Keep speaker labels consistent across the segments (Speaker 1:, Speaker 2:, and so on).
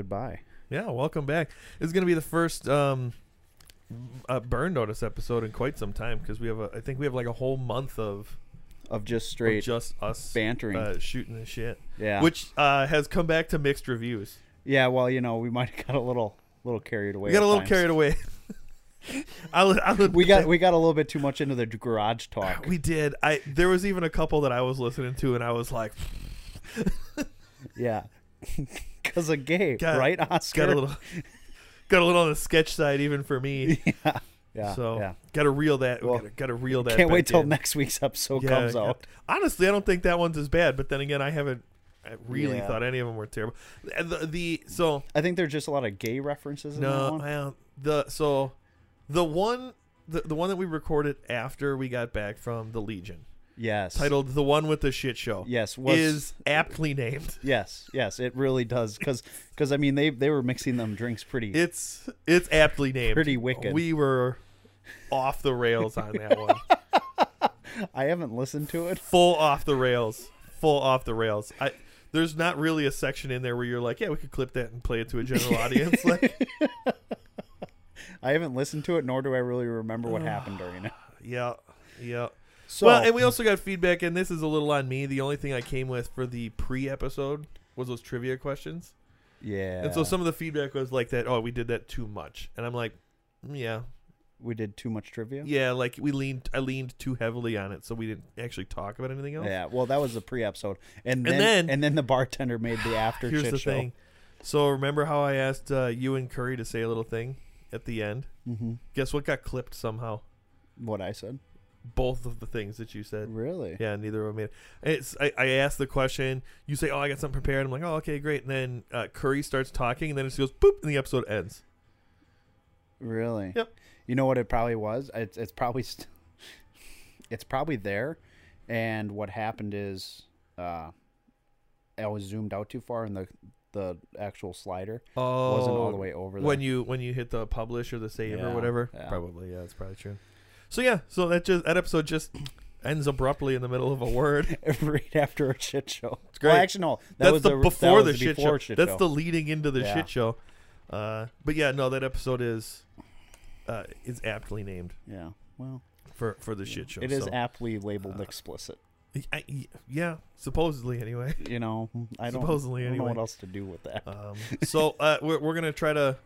Speaker 1: goodbye.
Speaker 2: Yeah, welcome back. It's gonna be the first um, uh, burn notice episode in quite some time because we have a. I think we have like a whole month of,
Speaker 1: Of just
Speaker 2: of
Speaker 1: straight,
Speaker 2: just us
Speaker 1: bantering.
Speaker 2: uh, shooting the shit,
Speaker 1: yeah,
Speaker 2: which uh, has come back to mixed reviews.
Speaker 1: yeah. Well, you know, we might have got a little, little carried away.
Speaker 2: we got a
Speaker 1: at
Speaker 2: little
Speaker 1: times.
Speaker 2: carried away. I, li- I li-
Speaker 1: We got, we got a little bit too much into the d- garage talk.
Speaker 2: we did. I there was even a couple that I was listening to and I was like,
Speaker 1: yeah, because of gay,
Speaker 2: Got-
Speaker 1: right, Oscar?
Speaker 2: got a little, got a little on the sketch side even for me.
Speaker 1: yeah,
Speaker 2: so
Speaker 1: yeah.
Speaker 2: got to reel that.
Speaker 1: Well,
Speaker 2: got to reel that.
Speaker 1: Can't wait
Speaker 2: back
Speaker 1: till
Speaker 2: in.
Speaker 1: next week's episode
Speaker 2: Yeah,
Speaker 1: comes
Speaker 2: yeah.
Speaker 1: out.
Speaker 2: Honestly, I don't think that one's as bad. But then again, I haven't I really
Speaker 1: Yeah.
Speaker 2: thought any of them were terrible. The, the so
Speaker 1: I think there's just a lot of gay references in that
Speaker 2: no,
Speaker 1: one.
Speaker 2: I don't, the so the one the, the one that we recorded after we got back from the Legion,
Speaker 1: yes.
Speaker 2: titled "The One with the Shit Show,"
Speaker 1: Yes. Was,
Speaker 2: is aptly named.
Speaker 1: Yes. Yes. It really does. Because, I mean, they, they were mixing them drinks pretty.
Speaker 2: It's it's aptly named.
Speaker 1: Pretty wicked.
Speaker 2: We were off the rails on that one.
Speaker 1: I haven't listened to it.
Speaker 2: Full off the rails. Full off the rails. I there's not really a section in there where you're like, yeah, we could clip that and play it to a general audience. Like,
Speaker 1: I haven't listened to it, nor do I really remember what happened during it.
Speaker 2: yeah, yeah.
Speaker 1: So,
Speaker 2: well, and we also got feedback, and this is a little on me. The only thing I came with for the pre-episode was those trivia questions,
Speaker 1: yeah.
Speaker 2: and so some of the feedback was like that. Oh, we did that too much, and I'm like, "Mm, yeah,
Speaker 1: we did too much trivia.
Speaker 2: yeah. Like we leaned, I leaned too heavily on it, so we didn't actually talk about anything else.
Speaker 1: Yeah, well, that was the pre-episode, and
Speaker 2: And
Speaker 1: then,
Speaker 2: then-
Speaker 1: and then the bartender made the after
Speaker 2: Here's
Speaker 1: shit
Speaker 2: the
Speaker 1: show.
Speaker 2: thing. So remember how I asked uh, you and Curry to say a little thing at the end?
Speaker 1: hmm
Speaker 2: Guess what got clipped somehow?
Speaker 1: What I said,
Speaker 2: Both of the things that you said.
Speaker 1: really?
Speaker 2: Yeah, neither of them made it. It's, I, I asked the question. You say, "Oh, I got something prepared." I'm like, "Oh, okay, great." And then uh, Curry starts talking, and then it just goes boop, and the episode ends.
Speaker 1: Really?
Speaker 2: Yep.
Speaker 1: You know what it probably was? It's it's probably st- it's probably there, and what happened is uh, I was zoomed out too far, and the the actual slider
Speaker 2: Oh,
Speaker 1: wasn't all the way over there.
Speaker 2: when you when you hit the publish or the save
Speaker 1: Yeah,
Speaker 2: or whatever.
Speaker 1: yeah.
Speaker 2: Probably, yeah, that's probably true. So yeah, so that just that episode just ends abruptly in the middle of a word.
Speaker 1: right after a shit show. It's
Speaker 2: great.
Speaker 1: actually, no, that
Speaker 2: that's
Speaker 1: was
Speaker 2: the
Speaker 1: the, that
Speaker 2: before
Speaker 1: was
Speaker 2: the shit
Speaker 1: before
Speaker 2: show.
Speaker 1: shit
Speaker 2: that's
Speaker 1: show.
Speaker 2: the leading into the
Speaker 1: Yeah.
Speaker 2: shit show. Uh, but yeah, no, that episode is uh, is aptly named
Speaker 1: yeah. Well,
Speaker 2: for for the shit show.
Speaker 1: it is
Speaker 2: so-
Speaker 1: aptly labeled
Speaker 2: uh,
Speaker 1: explicit.
Speaker 2: I- I- yeah, supposedly anyway.
Speaker 1: You know, I don't,
Speaker 2: supposedly
Speaker 1: I don't know
Speaker 2: anyway.
Speaker 1: what else to do with that.
Speaker 2: Um, so uh, we're we're gonna try to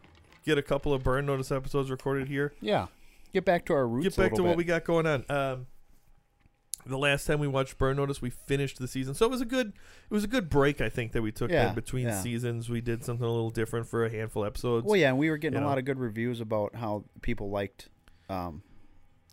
Speaker 2: get a couple of burn notice episodes recorded here.
Speaker 1: yeah, get back to our roots.
Speaker 2: Get
Speaker 1: a
Speaker 2: back to
Speaker 1: little
Speaker 2: what we
Speaker 1: bit.
Speaker 2: got going on. Um, the last time we watched Burn Notice, we finished the season, so it was a good it was a good break I think that we took
Speaker 1: Yeah,
Speaker 2: in between
Speaker 1: yeah.
Speaker 2: seasons. We did something a little different for a handful of episodes.
Speaker 1: Well, yeah, and we were getting
Speaker 2: you
Speaker 1: a lot
Speaker 2: know.
Speaker 1: of good reviews about how people liked, um,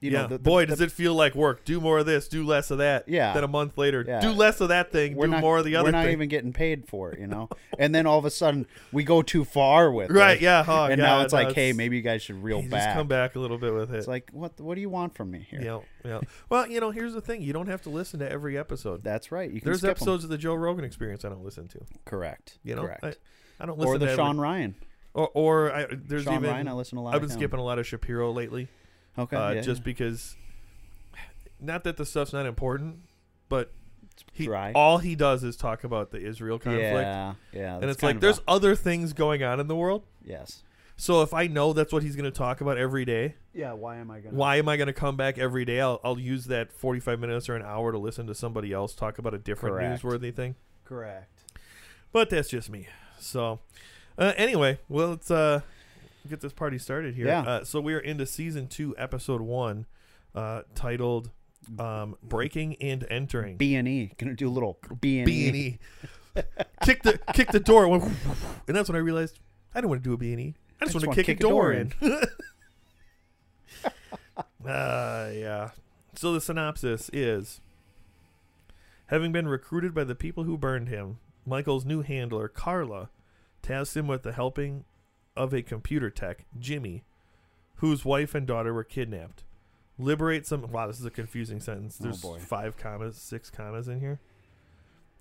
Speaker 1: you
Speaker 2: yeah,
Speaker 1: know, the, the-
Speaker 2: boy,
Speaker 1: the-
Speaker 2: does it feel like work. Do more of this, do less of that.
Speaker 1: Yeah.
Speaker 2: Then a month later,
Speaker 1: Yeah.
Speaker 2: do less of that thing,
Speaker 1: we're
Speaker 2: do
Speaker 1: not,
Speaker 2: more of the other
Speaker 1: We're not
Speaker 2: thing.
Speaker 1: even getting paid for it, you know. and then all of a sudden, we go too far with
Speaker 2: right?
Speaker 1: it.
Speaker 2: Yeah. Oh,
Speaker 1: and
Speaker 2: God,
Speaker 1: now it's
Speaker 2: no,
Speaker 1: like, hey, maybe you guys should reel
Speaker 2: you
Speaker 1: back.
Speaker 2: Just come back a little bit with it.
Speaker 1: It's like, what? What do you want from me here?
Speaker 2: yeah, yeah. Well, you know, here's the thing: you don't have to listen to every episode.
Speaker 1: That's right. You can
Speaker 2: There's
Speaker 1: skip 'em.
Speaker 2: episodes of the Joe Rogan Experience I don't listen to.
Speaker 1: Correct.
Speaker 2: You know,
Speaker 1: Correct.
Speaker 2: I, I don't listen
Speaker 1: or the
Speaker 2: to
Speaker 1: Sean
Speaker 2: every,
Speaker 1: Ryan.
Speaker 2: or or I, there's
Speaker 1: Sean
Speaker 2: even
Speaker 1: Ryan, I listen a lot.
Speaker 2: I've been
Speaker 1: of him.
Speaker 2: skipping a lot of Shapiro lately,
Speaker 1: Okay.
Speaker 2: uh,
Speaker 1: yeah,
Speaker 2: just because not that the stuff's not important, but he
Speaker 1: dry.
Speaker 2: all he does is talk about the Israel
Speaker 1: yeah.
Speaker 2: conflict,
Speaker 1: Yeah. yeah
Speaker 2: and
Speaker 1: that's
Speaker 2: it's
Speaker 1: kind
Speaker 2: like
Speaker 1: of
Speaker 2: there's
Speaker 1: a-
Speaker 2: other things going on in the world.
Speaker 1: yes.
Speaker 2: So if I know that's what he's going to talk about every day,
Speaker 1: Yeah. Why am I gonna?
Speaker 2: why am I going to come back every day? I'll, I'll use that 45 minutes or an hour to listen to somebody else talk about a different
Speaker 1: Correct.
Speaker 2: newsworthy thing.
Speaker 1: Correct.
Speaker 2: But that's just me. So, uh, anyway, well, let's uh, get this party started here.
Speaker 1: Yeah.
Speaker 2: Uh, so we are into season two, episode one, uh, titled um, "Breaking and Entering."
Speaker 1: B and E. Gonna do a little B and E.
Speaker 2: B&E. kick the kick the door, and that's when I realized I didn't want to do a B and E. I just want to kick, a door, in. uh, yeah. So the synopsis is: having been recruited by the people who burned him, Michael's new handler Carla tasks him with the helping of a computer tech, Jimmy, whose wife and daughter were kidnapped. Liberate some. Wow, this is a confusing sentence.
Speaker 1: Oh,
Speaker 2: There's
Speaker 1: boy.
Speaker 2: five commas, six commas in here.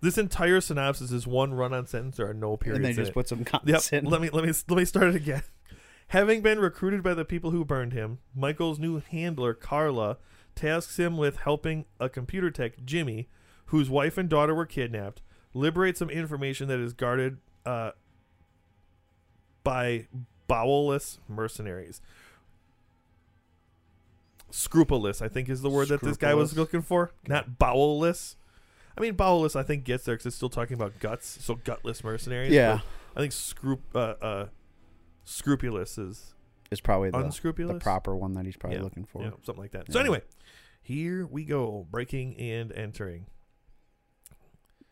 Speaker 2: This entire synopsis is one run-on sentence. There are no periods.
Speaker 1: And then
Speaker 2: in
Speaker 1: just
Speaker 2: it.
Speaker 1: put some
Speaker 2: Yep.
Speaker 1: comments in.
Speaker 2: Let me let me let me start it again. Having been recruited by the people who burned him, Michael's new handler Carla tasks him with helping a computer tech Jimmy, whose wife and daughter were kidnapped, liberate some information that is guarded uh, by bowelless mercenaries. Scrupulous, I think, is the word that this guy was
Speaker 1: Scrupulous.
Speaker 2: looking for. Not bowelless. I mean, bowelless, I think, gets there because it's still talking about guts. So gutless mercenaries.
Speaker 1: Yeah,
Speaker 2: but I think scrup- uh, uh, scrupulous is
Speaker 1: it's probably the, the
Speaker 2: unscrupulous.
Speaker 1: proper one that he's probably
Speaker 2: Yeah,
Speaker 1: looking for.
Speaker 2: Yeah, something like that. So
Speaker 1: Yeah.
Speaker 2: anyway, here we go, breaking and entering.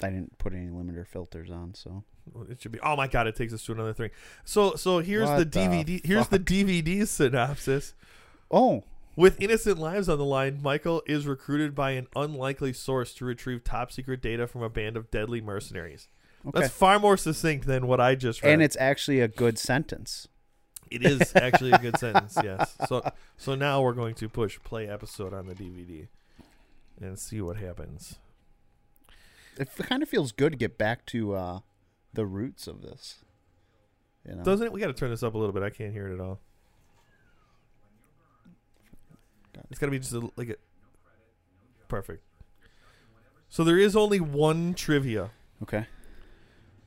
Speaker 1: I didn't put any limiter filters on, so
Speaker 2: Well, It should be. Oh my god! It takes us to another thing. So so here's
Speaker 1: What
Speaker 2: the
Speaker 1: the
Speaker 2: DVD. here's the
Speaker 1: fuck?
Speaker 2: DVD synopsis.
Speaker 1: oh,
Speaker 2: With innocent lives on the line, Michael is recruited by an unlikely source to retrieve top secret data from a band of deadly mercenaries.
Speaker 1: okay,
Speaker 2: That's far more succinct than what I just read.
Speaker 1: and it's actually a good sentence.
Speaker 2: it is actually a good sentence. Yes. So so now we're going to push play episode on the DVD and see what happens.
Speaker 1: It kind of feels good to get back to uh, the roots of this. You know,
Speaker 2: Doesn't it? We got to turn this up a little bit. I can't hear it at all. It's got to be just a, like a perfect. So there is only one trivia.
Speaker 1: okay,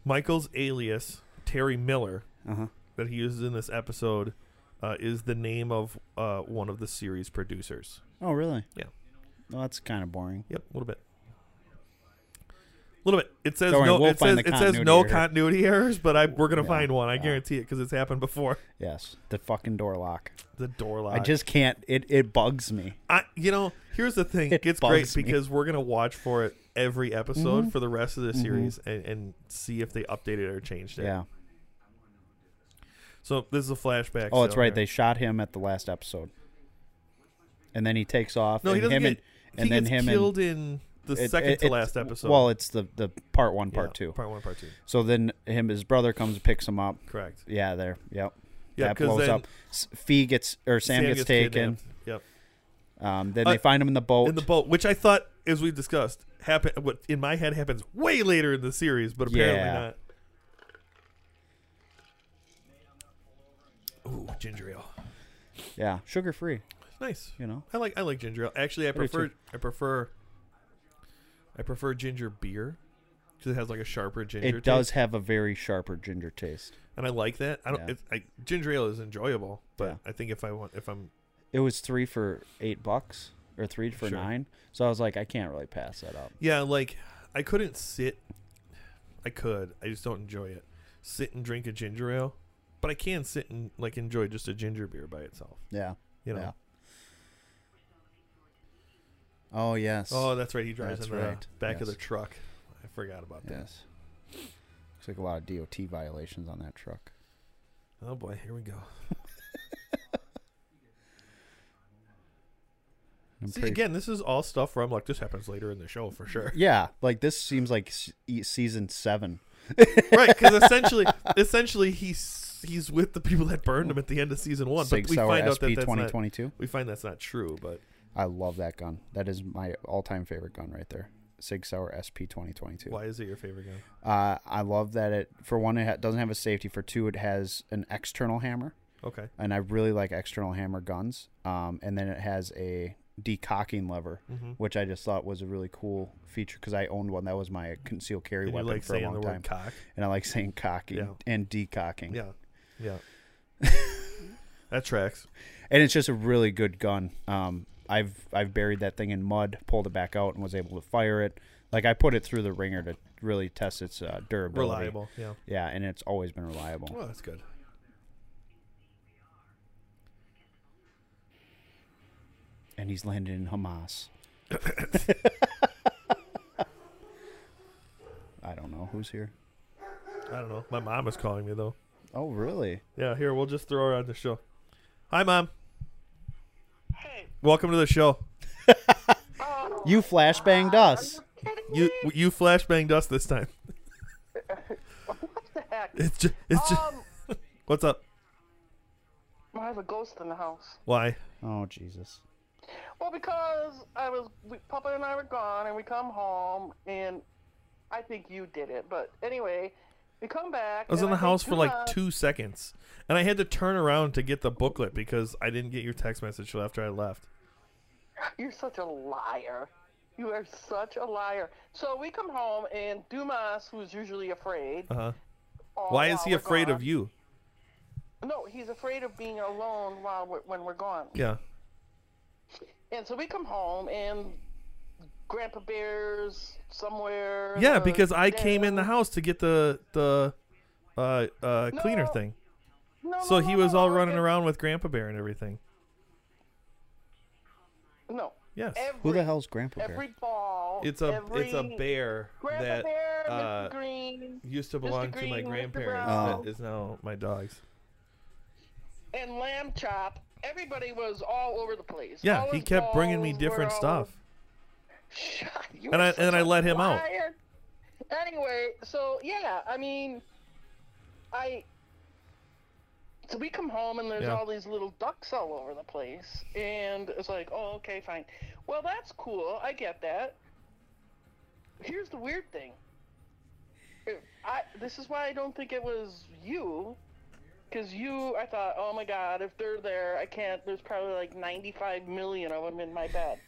Speaker 2: Michael's alias Terry Miller
Speaker 1: uh huh,
Speaker 2: that he uses in this episode uh, is the name of uh, one of the series producers.
Speaker 1: oh really?
Speaker 2: Yeah.
Speaker 1: well, that's kind of boring.
Speaker 2: Yep, a little bit. A little bit. It says
Speaker 1: Don't worry,
Speaker 2: no.
Speaker 1: we'll
Speaker 2: it
Speaker 1: find
Speaker 2: says
Speaker 1: the
Speaker 2: it says no
Speaker 1: continuity error.
Speaker 2: continuity errors, but I, we're gonna
Speaker 1: Yeah,
Speaker 2: find one. I
Speaker 1: yeah.
Speaker 2: guarantee it because it's happened before.
Speaker 1: Yes, the fucking door lock.
Speaker 2: The door
Speaker 1: I
Speaker 2: lock.
Speaker 1: just can't. It it bugs me.
Speaker 2: I, you know, here's the thing.
Speaker 1: It
Speaker 2: it's great
Speaker 1: bugs me.
Speaker 2: because we're gonna watch for it every episode
Speaker 1: Mhm.
Speaker 2: for the rest of the
Speaker 1: Mhm.
Speaker 2: series and, and see if they updated or changed it.
Speaker 1: Yeah.
Speaker 2: So this is a flashback.
Speaker 1: Oh, that's
Speaker 2: still
Speaker 1: right. They
Speaker 2: here.
Speaker 1: shot him at the last episode, and then he takes off.
Speaker 2: no, he
Speaker 1: and
Speaker 2: doesn't
Speaker 1: him
Speaker 2: get.
Speaker 1: and, and
Speaker 2: he
Speaker 1: then
Speaker 2: gets
Speaker 1: him and
Speaker 2: killed in the
Speaker 1: it-
Speaker 2: second
Speaker 1: it-
Speaker 2: to
Speaker 1: it-
Speaker 2: last episode.
Speaker 1: Well, it's the the part one,
Speaker 2: Yeah,
Speaker 1: part two.
Speaker 2: Part one, part two.
Speaker 1: So then him, his brother comes, and picks him up.
Speaker 2: Correct.
Speaker 1: Yeah, there. Yep.
Speaker 2: Yeah,
Speaker 1: that blows
Speaker 2: then
Speaker 1: up. S- Fee gets or Sam, gets, taken.
Speaker 2: kidnapped. Yep.
Speaker 1: Um, then
Speaker 2: Uh,
Speaker 1: they find him in the boat.
Speaker 2: In the boat, which I thought, as we discussed, happen. What in my head happens way later in the series, but apparently
Speaker 1: Yeah.
Speaker 2: not. Ooh, ginger ale.
Speaker 1: yeah, sugar free.
Speaker 2: Nice.
Speaker 1: You know.
Speaker 2: I like I like ginger ale. Actually, I
Speaker 1: do
Speaker 2: prefer
Speaker 1: too.
Speaker 2: I prefer I prefer ginger beer because it has like a sharper ginger.
Speaker 1: It does
Speaker 2: taste,
Speaker 1: have a very sharper ginger taste.
Speaker 2: and I like that. I don't.
Speaker 1: Yeah.
Speaker 2: It, I, ginger ale is enjoyable, but
Speaker 1: Yeah.
Speaker 2: I think if I want, if I'm
Speaker 1: It was three for eight bucks or three for
Speaker 2: Sure.
Speaker 1: nine. So I was like, I can't really pass that up.
Speaker 2: yeah, like I couldn't sit. I could. I just don't enjoy it. Sit and drink a ginger ale, but I can sit and like enjoy just a ginger beer by itself.
Speaker 1: Yeah.
Speaker 2: You know.
Speaker 1: Yeah. Oh yes.
Speaker 2: Oh, that's right. He drives
Speaker 1: That's
Speaker 2: in the
Speaker 1: right.
Speaker 2: back of
Speaker 1: Yes.
Speaker 2: the truck. I forgot about that.
Speaker 1: yes. Looks like a lot of DOT violations on that truck.
Speaker 2: Oh boy, here we go.
Speaker 1: I'm
Speaker 2: See,
Speaker 1: pretty-
Speaker 2: again, this is all stuff where I'm like, this happens later in the show for sure.
Speaker 1: Yeah, like this seems like s- e- season seven.
Speaker 2: right because essentially essentially he's he's with the people that burned him at the end of season one
Speaker 1: Sig
Speaker 2: but we
Speaker 1: Sauer
Speaker 2: find out
Speaker 1: SP
Speaker 2: that that's
Speaker 1: twenty
Speaker 2: not,
Speaker 1: twenty two.
Speaker 2: we find that's not true but
Speaker 1: I love that gun. That is my all time favorite gun right there. Sig Sauer SP twenty twenty two.
Speaker 2: why is it your favorite gun
Speaker 1: Uh, I love that it for one it ha- doesn't have a safety. For two, it has an external hammer,
Speaker 2: okay
Speaker 1: and I really like external hammer guns. Um, and then it has a decocking lever,
Speaker 2: mm-hmm.
Speaker 1: which I just thought was a really cool feature because I owned one that was my concealed carry
Speaker 2: you
Speaker 1: weapon
Speaker 2: like
Speaker 1: for a
Speaker 2: saying the
Speaker 1: long time,
Speaker 2: word cock
Speaker 1: and I like saying cocking
Speaker 2: Yeah.
Speaker 1: and decocking.
Speaker 2: yeah yeah that tracks
Speaker 1: and it's just a really good gun. Um, I've I've buried that thing in mud, pulled it back out, and was able to fire it. Like I put it through the ringer to really test its uh, durability.
Speaker 2: reliable yeah
Speaker 1: Yeah, and it's always been reliable.
Speaker 2: well that's good
Speaker 1: And he's landed in Hamas. I don't know who's here.
Speaker 2: i don't know my mom is calling me though
Speaker 1: Oh, really?
Speaker 2: yeah here we'll just throw her on the show hi mom
Speaker 3: Hey,
Speaker 2: welcome to the show
Speaker 3: oh,
Speaker 1: You flashbanged us.
Speaker 2: you you flashbanged us this time
Speaker 3: what the heck?
Speaker 2: it's just it's just
Speaker 3: Um,
Speaker 2: what's up
Speaker 3: I have a ghost in the house.
Speaker 2: why
Speaker 1: Oh, Jesus.
Speaker 3: Well, because I was, we, Papa and I were gone, and we come home, and I think you did it. But anyway, we come back.
Speaker 2: I was in
Speaker 3: and
Speaker 2: the
Speaker 3: think
Speaker 2: house for like
Speaker 3: Tuna-
Speaker 2: two seconds, and I had to turn around to get the booklet because I didn't get your text message till after I left.
Speaker 3: You're such a liar. You are such a liar. So we come home, and Dumas, who's usually afraid,
Speaker 2: Uh huh.
Speaker 3: all
Speaker 2: Why is
Speaker 3: while
Speaker 2: he
Speaker 3: Oh, we're
Speaker 2: afraid
Speaker 3: gone,
Speaker 2: of you?
Speaker 3: he's afraid of being alone while we're, when we're gone.
Speaker 2: Yeah.
Speaker 3: And so we come home and Grandpa Bear's somewhere. uh, in
Speaker 2: Yeah,
Speaker 3: the
Speaker 2: because I came in the
Speaker 3: den.
Speaker 2: house to get the the uh, uh, cleaner
Speaker 3: No,
Speaker 2: thing.
Speaker 3: No,
Speaker 2: So
Speaker 3: no,
Speaker 2: he
Speaker 3: no,
Speaker 2: was
Speaker 3: no,
Speaker 2: all
Speaker 3: no,
Speaker 2: running
Speaker 3: it-
Speaker 2: around with Grandpa Bear and everything.
Speaker 3: No.
Speaker 2: Yes.
Speaker 3: Every,
Speaker 1: Who the hell's Grandpa Bear?
Speaker 3: Every ball.
Speaker 2: It's a
Speaker 3: every,
Speaker 2: it's a bear
Speaker 3: Grandpa
Speaker 2: that
Speaker 3: Bear,
Speaker 2: uh,
Speaker 3: Mr. Green,
Speaker 2: used to belong to my
Speaker 3: Green, Mr.
Speaker 2: grandparents
Speaker 1: Brown.
Speaker 2: that is now my dog's.
Speaker 3: and Lamb Chop. Everybody was all over the place.
Speaker 2: Yeah,
Speaker 3: All
Speaker 2: he
Speaker 3: his
Speaker 2: kept bringing me
Speaker 3: balls
Speaker 2: different
Speaker 3: were all
Speaker 2: stuff.
Speaker 3: You
Speaker 2: And
Speaker 3: were
Speaker 2: I- and
Speaker 3: such
Speaker 2: I
Speaker 3: a
Speaker 2: let him out.
Speaker 3: liar. Anyway, so yeah, I mean, I. So we come home and there's
Speaker 2: Yeah.
Speaker 3: all these little ducks all over the place, and it's like, oh, okay, fine. Well, that's cool. I get that. Here's the weird thing. If I this is why I don't think it was you, because you I thought, oh my god, if they're there, I can't. There's probably like 95 million of them in my bed.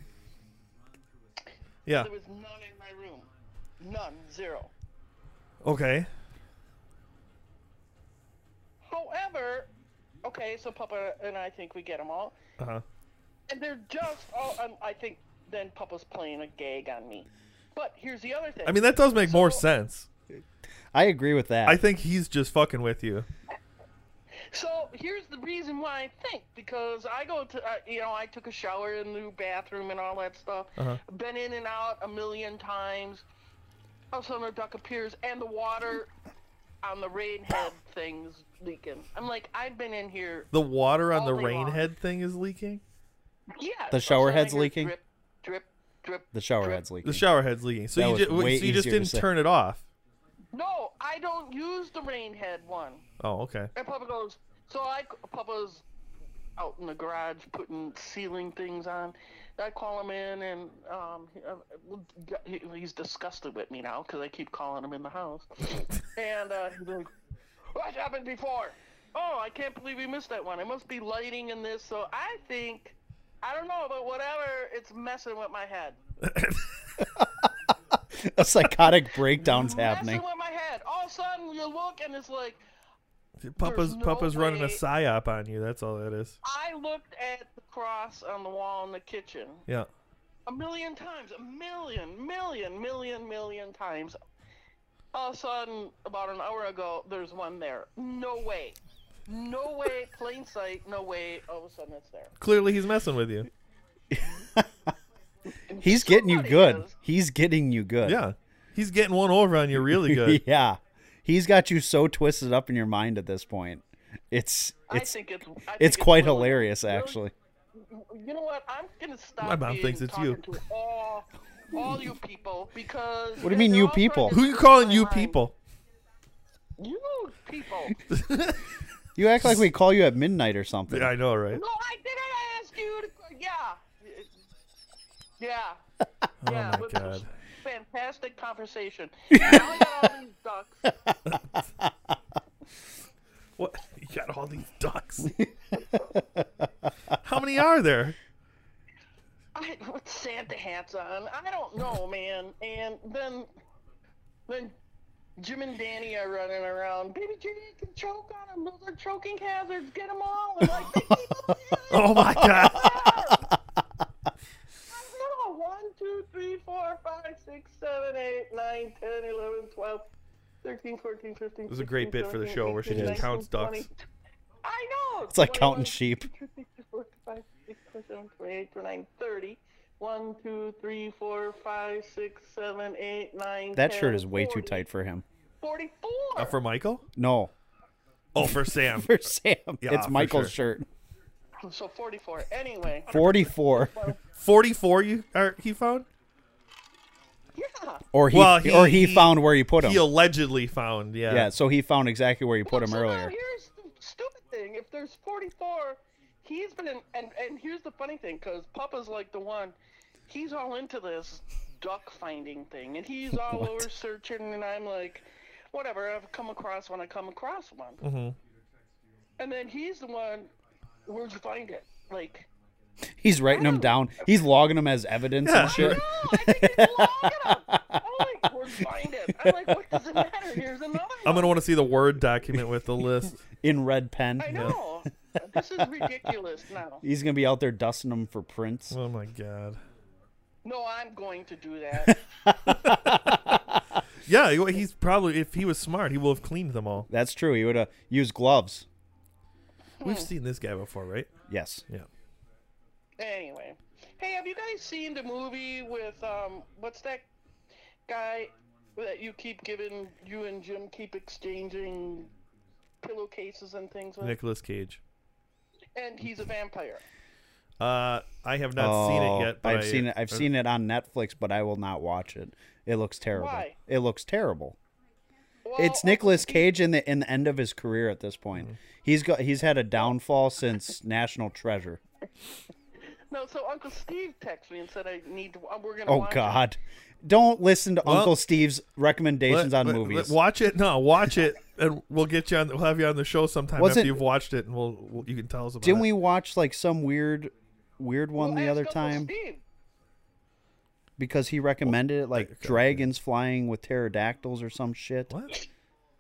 Speaker 2: Yeah.
Speaker 3: There was none in my room. None. Zero.
Speaker 2: Okay.
Speaker 3: However, okay, so Papa and I think we get them all.
Speaker 2: Uh huh.
Speaker 3: And they're just all, um, I think then Papa's playing a gag on me. But here's the other thing.
Speaker 2: I mean that does make more
Speaker 3: So-
Speaker 2: sense.
Speaker 1: I agree with that.
Speaker 2: I think he's just fucking with you.
Speaker 3: so here's the reason why I think because I go to, uh, you know, I took a shower in the bathroom and all that stuff.
Speaker 2: Uh-huh.
Speaker 3: Been in and out a million times. All of a sudden a duck appears and the water on the rain head thing's leaking. I'm like, I've been in here
Speaker 2: The water on
Speaker 3: All
Speaker 2: the
Speaker 3: day
Speaker 2: rain
Speaker 3: long.
Speaker 2: head thing is leaking.
Speaker 3: Yeah.
Speaker 1: The
Speaker 3: so
Speaker 1: shower
Speaker 3: suddenly
Speaker 1: head's
Speaker 3: I hear
Speaker 1: leaking?
Speaker 3: Drip, drip, drip.
Speaker 1: the shower
Speaker 3: drip.
Speaker 1: head's leaking.
Speaker 2: The shower head's leaking. So
Speaker 1: That
Speaker 2: you
Speaker 1: was
Speaker 2: just
Speaker 1: way
Speaker 2: so you just
Speaker 1: easier to
Speaker 2: didn't
Speaker 1: say.
Speaker 2: turn it off.
Speaker 3: No, I don't use the rain head one.
Speaker 2: Oh, okay.
Speaker 3: And Papa goes. So I, Papa's out in the garage putting ceiling things on. I call him in, and um, he- uh, he's disgusted with me now because I keep calling him in the house. and uh, he's like, "What happened before? Oh, I can't believe we missed that one. It must be lighting in this." So I think, I don't know, but whatever, it's messing with my head.
Speaker 1: a psychotic breakdown's happening.
Speaker 3: Messing with my head. All of a sudden, you look and it's like
Speaker 2: Papa's
Speaker 3: no
Speaker 2: Papa's running a
Speaker 3: way.
Speaker 2: psyop on you. That's all that is.
Speaker 3: I looked at the cross on the wall in the kitchen
Speaker 2: Yeah.
Speaker 3: a million times, a million, million, million, million times. All of a sudden, about an hour ago, there's one there. No way. No way, plain sight, no way, all of a sudden it's there.
Speaker 2: Clearly he's messing with you.
Speaker 1: He's getting you
Speaker 3: Somebody
Speaker 1: good.
Speaker 3: is.
Speaker 1: He's getting you good.
Speaker 2: Yeah. He's getting one over on you really good.
Speaker 1: yeah. He's got you so twisted up in your mind at this point. It's
Speaker 3: I
Speaker 1: it's
Speaker 3: think it's I think
Speaker 1: it's quite
Speaker 3: really-
Speaker 1: hilarious
Speaker 3: really-
Speaker 1: actually.
Speaker 3: You know what? I'm gonna stop.
Speaker 2: My mom
Speaker 3: being-
Speaker 2: thinks it's
Speaker 3: talking
Speaker 2: you.
Speaker 3: To all, all you people, because
Speaker 1: What do you mean,
Speaker 3: they're
Speaker 1: you
Speaker 3: all trying
Speaker 1: people?
Speaker 3: to
Speaker 2: Who you
Speaker 3: steal
Speaker 2: calling
Speaker 3: my
Speaker 2: you
Speaker 3: mind.
Speaker 2: people?
Speaker 3: You people.
Speaker 1: You act like we call you at midnight or something.
Speaker 2: Yeah, I know, right?
Speaker 3: No, I didn't ask you. To, yeah, yeah, yeah.
Speaker 2: Oh my
Speaker 3: but it was
Speaker 2: God.
Speaker 3: Fantastic conversation. now I got all these ducks.
Speaker 2: What? You got all these ducks. How many are there?
Speaker 3: I with Santa hats on. I don't know, man. And then, then Jim and Danny are running around. Baby Jimmy can choke on them. Those are choking hazards. Get them all. And like, they keep on
Speaker 2: Oh my god.
Speaker 3: No, one, two, three, four, five, six, seven, eight, nine, 10, 11, 12, 13, 14, 15.
Speaker 2: This is a great bit for the show where she
Speaker 1: just
Speaker 2: counts ducks.
Speaker 3: I know.
Speaker 1: It's like counting sheep.
Speaker 3: 30. 1, 2, 3, 4, 5, 6, 7, 8, 9,
Speaker 1: That
Speaker 3: 10,
Speaker 1: shirt is way too
Speaker 3: 40,
Speaker 1: tight for him.
Speaker 3: 44.
Speaker 2: Uh, for Michael?
Speaker 1: No,
Speaker 2: Oh, for Sam.
Speaker 1: for Sam.
Speaker 2: Yeah,
Speaker 1: it's
Speaker 2: for
Speaker 1: Michael's shirt.
Speaker 3: So 44. Anyway.
Speaker 1: 44
Speaker 2: Forty-four. You are he found?
Speaker 3: Yeah.
Speaker 1: or he,
Speaker 2: Well, he- uh,
Speaker 1: or he found where you put him.
Speaker 2: He allegedly found. Yeah.
Speaker 1: yeah, so he found exactly where you put him
Speaker 3: So Now
Speaker 1: earlier.
Speaker 3: here's the stupid thing. If there's 44, he's been in, and and here's the funny thing, because Papa's like the one. He's all into this duck finding thing, and he's all
Speaker 1: What?
Speaker 3: over searching, and I'm like, whatever. I've come across one. I come across one.
Speaker 1: Mm-hmm.
Speaker 2: Mhm.
Speaker 3: And then he's the one. Where'd you find it? Like.
Speaker 1: He's writing him down. He's logging him as evidence
Speaker 2: Yeah.
Speaker 1: and shit.
Speaker 3: No, I think he's lying. I'm like, where'd you find it. I'm like, what does it matter? Here's another.
Speaker 2: I'm
Speaker 3: one.
Speaker 2: gonna want to see the word document with the list.
Speaker 1: in red pen.
Speaker 3: I know. this is ridiculous now.
Speaker 1: He's gonna be out there dusting them for prints.
Speaker 2: Oh my god.
Speaker 3: No, I'm going to do that.
Speaker 2: Yeah, he- he's probably if he was smart, he will have cleaned them all.
Speaker 1: That's true. He would have used gloves.
Speaker 2: We've seen this guy before, right?
Speaker 1: Yes.
Speaker 2: Yeah.
Speaker 3: anyway, hey, have you guys seen the movie with um, what's that guy that you keep giving you and Jim keep exchanging pillowcases and things with?
Speaker 2: Nicolas Cage.
Speaker 3: And he's a vampire.
Speaker 2: Uh, I have not seen
Speaker 1: Oh,
Speaker 2: it yet. But uh,
Speaker 1: I've seen it. I've seen it on Netflix, but I will not watch it. It looks terrible.
Speaker 3: Why?
Speaker 1: It looks terrible.
Speaker 3: Well,
Speaker 1: it's Nicolas Cage in the in the end of his career at this point.
Speaker 2: Mm-hmm.
Speaker 1: He's got he's had a downfall since National Treasure.
Speaker 3: No, so Uncle Steve texted me and said I need to. We're gonna.
Speaker 1: Oh
Speaker 3: watch it.
Speaker 1: God! Don't listen to
Speaker 2: Well-
Speaker 1: Uncle Steve's recommendations
Speaker 2: Let-
Speaker 1: on
Speaker 2: let-
Speaker 1: movies.
Speaker 2: let- watch it. No, watch it, and we'll get you on. We'll have you on the show sometime
Speaker 1: Was
Speaker 2: after
Speaker 1: it-
Speaker 2: you've watched it, and we'll, we'll you can tell us about
Speaker 1: Didn't
Speaker 2: it.
Speaker 1: we watch like some weird, weird
Speaker 3: Well,
Speaker 1: one the
Speaker 3: ask
Speaker 1: other
Speaker 3: Uncle
Speaker 1: time
Speaker 3: Steve.
Speaker 1: because he recommended it, like
Speaker 2: okay.
Speaker 1: dragons flying with pterodactyls or some shit.
Speaker 2: What?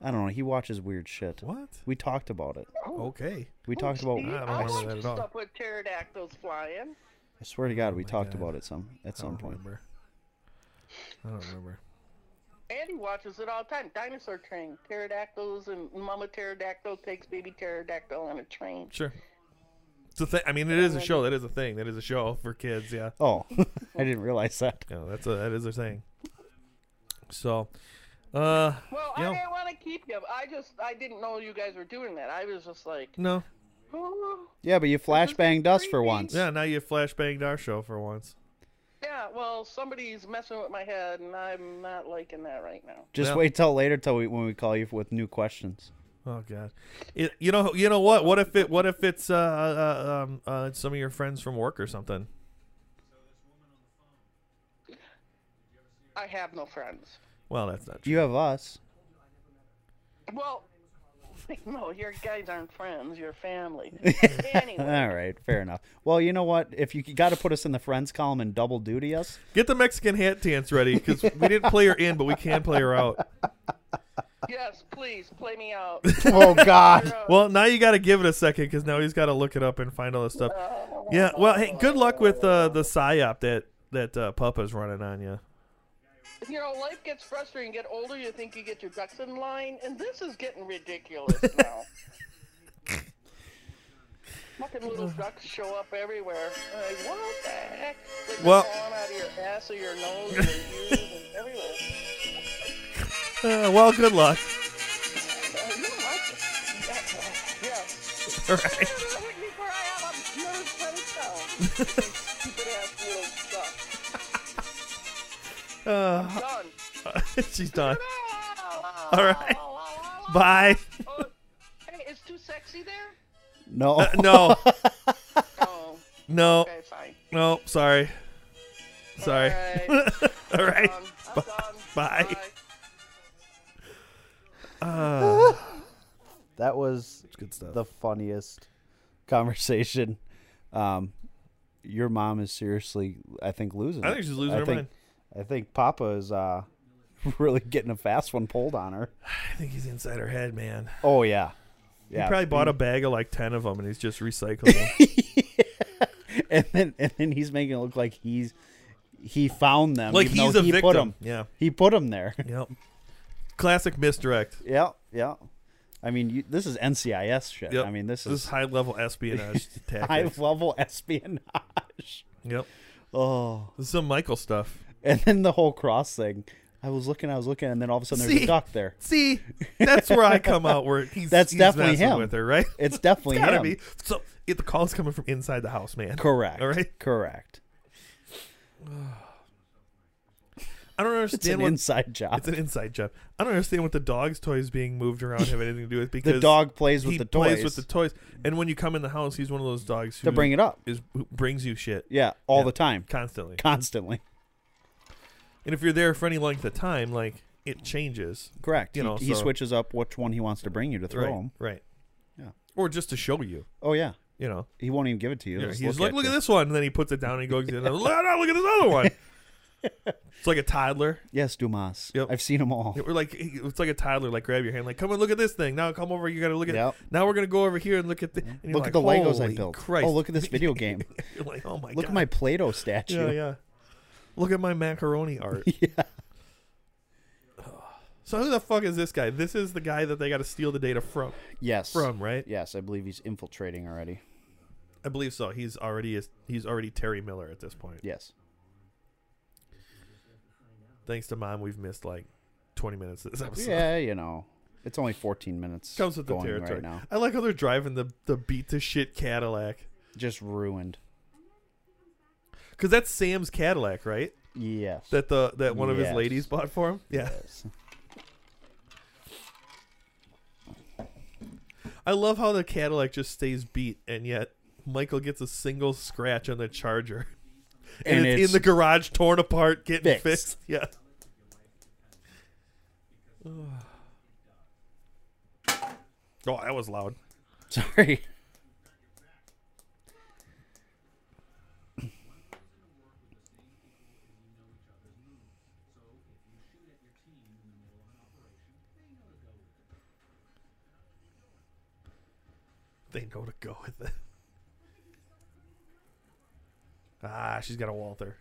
Speaker 1: I don't know. He watches weird shit.
Speaker 2: What?
Speaker 1: We talked about it.
Speaker 2: Okay.
Speaker 1: We talked about.
Speaker 3: Steve,
Speaker 2: I don't
Speaker 3: I
Speaker 2: remember
Speaker 3: watched
Speaker 2: that at all.
Speaker 3: stuff with pterodactyls flying.
Speaker 1: I swear to God, we talked
Speaker 2: God.
Speaker 1: about it some at
Speaker 2: I
Speaker 1: some
Speaker 2: don't
Speaker 1: point.
Speaker 2: remember. I don't remember.
Speaker 3: Andy watches it all the time. Dinosaur train, pterodactyls, and Mama pterodactyl takes baby pterodactyl on a train.
Speaker 2: Sure. It's a thing. I mean, it is a show. That is a thing. That is a show for kids. Yeah.
Speaker 1: Oh, I didn't realize that.
Speaker 2: Yeah. That's a that is a thing. So, uh,
Speaker 3: Well,
Speaker 2: Yeah.
Speaker 3: I didn't want to keep you. I just I didn't know you guys were doing that. I was just like,
Speaker 2: no.
Speaker 3: oh.
Speaker 1: Yeah, but you flashbanged us for
Speaker 3: creepy.
Speaker 1: once.
Speaker 2: Yeah. Now you flashbanged our show for once.
Speaker 3: yeah. Well, somebody's messing with my head, and I'm not liking that right now.
Speaker 1: Just
Speaker 2: Yeah.
Speaker 1: wait till later, till we when we call you with new questions.
Speaker 2: Oh God, it, you know, you know what? What if it? What if it's uh, uh, um, uh, some of your friends from work or something?
Speaker 3: I have no friends.
Speaker 2: Well, that's not true.
Speaker 1: You have us.
Speaker 3: Well, no, your guys aren't friends. You're family. anyway,
Speaker 1: All right, fair enough. Well, you know what? If you got to put us in the friends column and double duty us,
Speaker 2: Get the Mexican hat dance ready because we didn't play her in, but we can play her out.
Speaker 3: yes, please play me out.
Speaker 1: oh God,
Speaker 2: Well, now you got to give it a second because now he's got to look it up and find all this stuff. Yeah. Well, hey, good luck with uh, the psyop that that uh, Papa's running on you.
Speaker 3: You know, life gets frustrating. You get older, you think you get your ducks in line, and this is getting ridiculous now. Fucking little ducks show up everywhere. Like, what the heck? Like, they're
Speaker 2: Well-
Speaker 3: crawling out of your ass or your nose or your ears and everywhere.
Speaker 2: Uh, well, good luck.
Speaker 3: Uh,
Speaker 2: All right.
Speaker 3: you don't like it. Yeah. yeah. Look at me where I am. I'm nervous by the time. Stupid ass little duck.
Speaker 2: Uh,
Speaker 3: Done.
Speaker 2: she's done. All right. Bye.
Speaker 3: Oh, hey, it's too sexy there?
Speaker 1: no,
Speaker 2: Uh, No.
Speaker 3: Oh,
Speaker 2: No.
Speaker 3: okay, fine.
Speaker 2: No. Sorry. Sorry.
Speaker 3: All right.
Speaker 2: All right.
Speaker 3: done. um, I'm done.
Speaker 2: Bye.
Speaker 3: Bye.
Speaker 1: that was
Speaker 2: Good stuff.
Speaker 1: the funniest conversation. Um, your mom is seriously, I think, losing.
Speaker 2: I
Speaker 1: it.
Speaker 2: think she's losing
Speaker 1: I
Speaker 2: her
Speaker 1: think,
Speaker 2: mind.
Speaker 1: I think Papa is uh, really getting a fast one pulled on her.
Speaker 2: I think he's inside her head, man.
Speaker 1: Oh yeah, yeah. Mm.
Speaker 2: He probably bought a bag of like ten of them, and he's just recycling them.
Speaker 1: and then and then he's making it look like he's he found them.
Speaker 2: like
Speaker 1: even though
Speaker 2: he's a
Speaker 1: he
Speaker 2: victim.
Speaker 1: Put 'em-
Speaker 2: Yeah.
Speaker 1: He put them there.
Speaker 2: Yep. Classic misdirect.
Speaker 1: yeah, yeah. I mean, you, this is NCIS shit.
Speaker 2: Yep.
Speaker 1: I mean, this is
Speaker 2: high level espionage
Speaker 1: high
Speaker 2: tactics.
Speaker 1: level espionage.
Speaker 2: Yep.
Speaker 1: Oh,
Speaker 2: This is some Michael stuff.
Speaker 1: and then the whole cross thing. I was looking, I was looking, and then all of a sudden there's
Speaker 2: See?
Speaker 1: a duck there.
Speaker 2: See, that's where I come out. Where he's
Speaker 1: That's
Speaker 2: he's
Speaker 1: definitely
Speaker 2: messing
Speaker 1: him.
Speaker 2: with her, right?
Speaker 1: It's definitely
Speaker 2: gotta
Speaker 1: him.
Speaker 2: be. So it, the call's coming from inside the house, man.
Speaker 1: Correct.
Speaker 2: All right.
Speaker 1: Correct.
Speaker 2: I don't
Speaker 1: It's
Speaker 2: understand
Speaker 1: an
Speaker 2: what
Speaker 1: inside job.
Speaker 2: it's an inside job. I don't understand what the dog's toys being moved around have anything to do with because
Speaker 1: the dog plays with
Speaker 2: he
Speaker 1: the
Speaker 2: plays
Speaker 1: toys
Speaker 2: with the toys. And when you come in the house, he's one of those dogs who
Speaker 1: to bring it up.
Speaker 2: is who brings you shit
Speaker 1: Yeah, all
Speaker 2: Yeah.
Speaker 1: the time,
Speaker 2: constantly.
Speaker 1: constantly.
Speaker 2: And if you're there for any length of time, like it changes.
Speaker 1: Correct.
Speaker 2: You
Speaker 1: he,
Speaker 2: know,
Speaker 1: he
Speaker 2: so-
Speaker 1: switches up which one he wants to bring you to throw
Speaker 2: right,
Speaker 1: him.
Speaker 2: Right.
Speaker 1: Yeah.
Speaker 2: Or just to show you,
Speaker 1: Oh yeah,
Speaker 2: you know.
Speaker 1: he won't even give it to you.
Speaker 2: Yeah,
Speaker 1: Just
Speaker 2: he's like, look at
Speaker 1: you."
Speaker 2: this one. And then he puts it down and he goes, to the other, look, no, look at this other one. It's like a toddler.
Speaker 1: Yes, Dumas.
Speaker 2: Yep.
Speaker 1: I've seen them all.
Speaker 2: We're like it's like a toddler. Like grab your hand. Like come and look at this thing. Now come over. You got to look at.
Speaker 1: Yep.
Speaker 2: Now we're gonna go over here and look at the. and you're
Speaker 1: Look
Speaker 2: like,
Speaker 1: at the Legos I
Speaker 2: "Holy
Speaker 1: built.
Speaker 2: Christ.
Speaker 1: Oh, look at this video game.
Speaker 2: You're like oh my
Speaker 1: look at
Speaker 2: God.
Speaker 1: my Play-Doh statue.
Speaker 2: Yeah, yeah. Look at my macaroni art.
Speaker 1: Yeah.
Speaker 2: so who the fuck is this guy? This is the guy that they got to steal the data from.
Speaker 1: Yes.
Speaker 2: From right?
Speaker 1: Yes, I believe he's infiltrating already.
Speaker 2: I believe so. He's already is he's already Terry Miller at this point.
Speaker 1: Yes.
Speaker 2: Thanks to mom, we've missed like twenty minutes of this episode.
Speaker 1: Yeah, you know, it's only 14 minutes
Speaker 2: Comes with the
Speaker 1: going
Speaker 2: territory.
Speaker 1: right now.
Speaker 2: I like how they're driving the the beat to shit Cadillac
Speaker 1: Just ruined.
Speaker 2: because that's Sam's Cadillac, right?
Speaker 1: Yes.
Speaker 2: That the that one of his
Speaker 1: Yes.
Speaker 2: ladies bought for him. Yeah,
Speaker 1: Yes.
Speaker 2: I love how the Cadillac just stays beat, and yet Michael gets a single scratch on the Charger, and,
Speaker 1: And
Speaker 2: it's,
Speaker 1: it's
Speaker 2: in the garage, torn apart, getting fixed.
Speaker 1: fixed.
Speaker 2: Yeah. Oh, that was loud.
Speaker 1: Sorry.
Speaker 2: They know to go with it. Ah, she's got a Walther.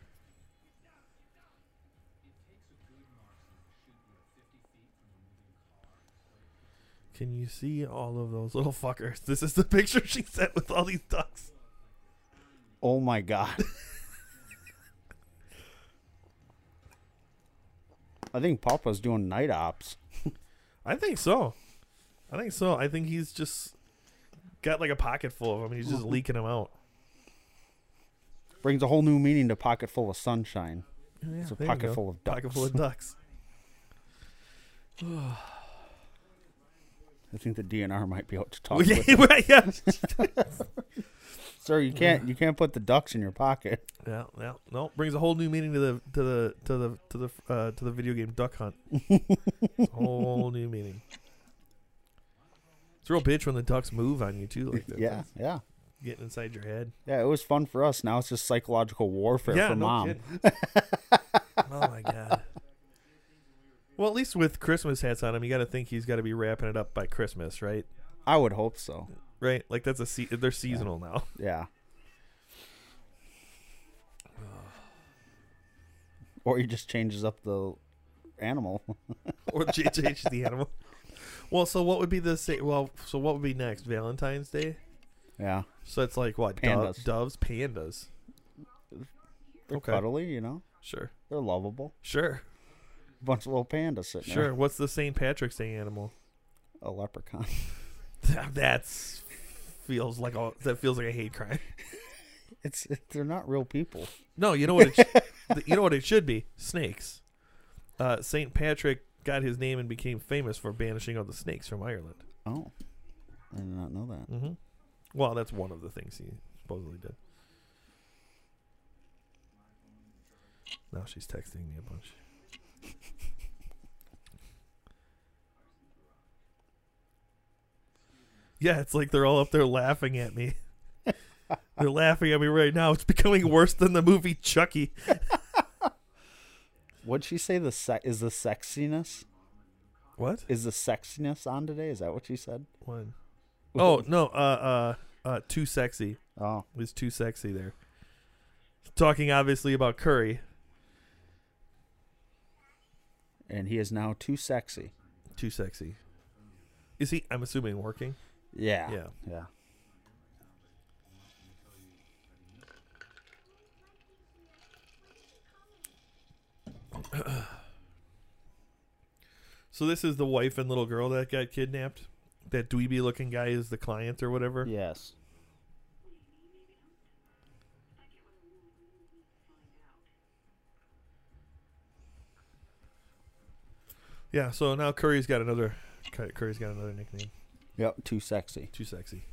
Speaker 2: Can you see all of those little fuckers? This is the picture she sent with all these ducks.
Speaker 1: Oh my god. I think Papa's doing night ops.
Speaker 2: I think so. I think so. I think he's just got like a pocket full of them and he's just leaking them out.
Speaker 1: Brings a whole new meaning to pocket full of sunshine.
Speaker 2: it's
Speaker 1: a pocket full of
Speaker 2: Pocket
Speaker 1: ducks.
Speaker 2: full of ducks.
Speaker 1: I think the DNR might be out to talk.
Speaker 2: yeah,
Speaker 1: with.
Speaker 2: right, yeah.
Speaker 1: Sir, you can't you can't put the ducks in your pocket.
Speaker 2: Yeah, yeah, no, brings a whole new meaning to the to the to the to the uh, to the video game Duck Hunt. It's a whole new meaning. It's a real bitch when the ducks move on you too, like that.
Speaker 1: Yeah, yeah,
Speaker 2: getting inside your head.
Speaker 1: yeah. It was fun for us. Now it's just psychological warfare
Speaker 2: yeah,
Speaker 1: for
Speaker 2: no
Speaker 1: mom.
Speaker 2: kidding. oh my god. Well, at least with Christmas hats on him, you got to think he's got to be wrapping it up by Christmas, right?
Speaker 1: I would hope so.
Speaker 2: Right, like that's a se- they're seasonal now.
Speaker 1: Yeah. Or he just changes up the animal.
Speaker 2: or JJH the animal. Well, so what would be the sa- well? So what would be next? Valentine's Day.
Speaker 1: yeah.
Speaker 2: So it's like what do-
Speaker 1: Pandas.
Speaker 2: doves, pandas.
Speaker 1: They're
Speaker 2: Okay.
Speaker 1: cuddly, you know?
Speaker 2: Sure,
Speaker 1: They're lovable.
Speaker 2: sure,
Speaker 1: Bunch of little pandas sitting
Speaker 2: sure.
Speaker 1: there.
Speaker 2: What's the St. Patrick's Day animal?
Speaker 1: A leprechaun.
Speaker 2: That's feels like a that feels like a hate crime.
Speaker 1: It's it, they're not real people.
Speaker 2: No, you know what? It sh- you know what it should be snakes. Uh, St. Patrick got his name and became famous for banishing all the snakes from Ireland.
Speaker 1: Oh. I did not know that.
Speaker 2: Mm-hmm. Well, that's one of the things he supposedly did. Now she's texting me a bunch. yeah, it's like they're all up there laughing at me. they're laughing at me right now. It's becoming worse than the movie Chucky.
Speaker 1: What'd she say the se- is the sexiness?
Speaker 2: What?
Speaker 1: Is the sexiness on today? Is that what she said?
Speaker 2: One. Oh no. Uh. Uh. Uh. Too sexy.
Speaker 1: Oh.
Speaker 2: was too sexy there. Talking obviously about Curry.
Speaker 1: And he is now too sexy.
Speaker 2: Too sexy. Is he? I'm assuming working.
Speaker 1: Yeah.
Speaker 2: Yeah.
Speaker 1: Yeah.
Speaker 2: So this is the wife and little girl that got kidnapped. That dweeby looking guy is the client or whatever.
Speaker 1: Yes.
Speaker 2: Yeah, So now Curry's got another. Cur- Curry's got another nickname.
Speaker 1: Yep, too sexy.
Speaker 2: Too sexy.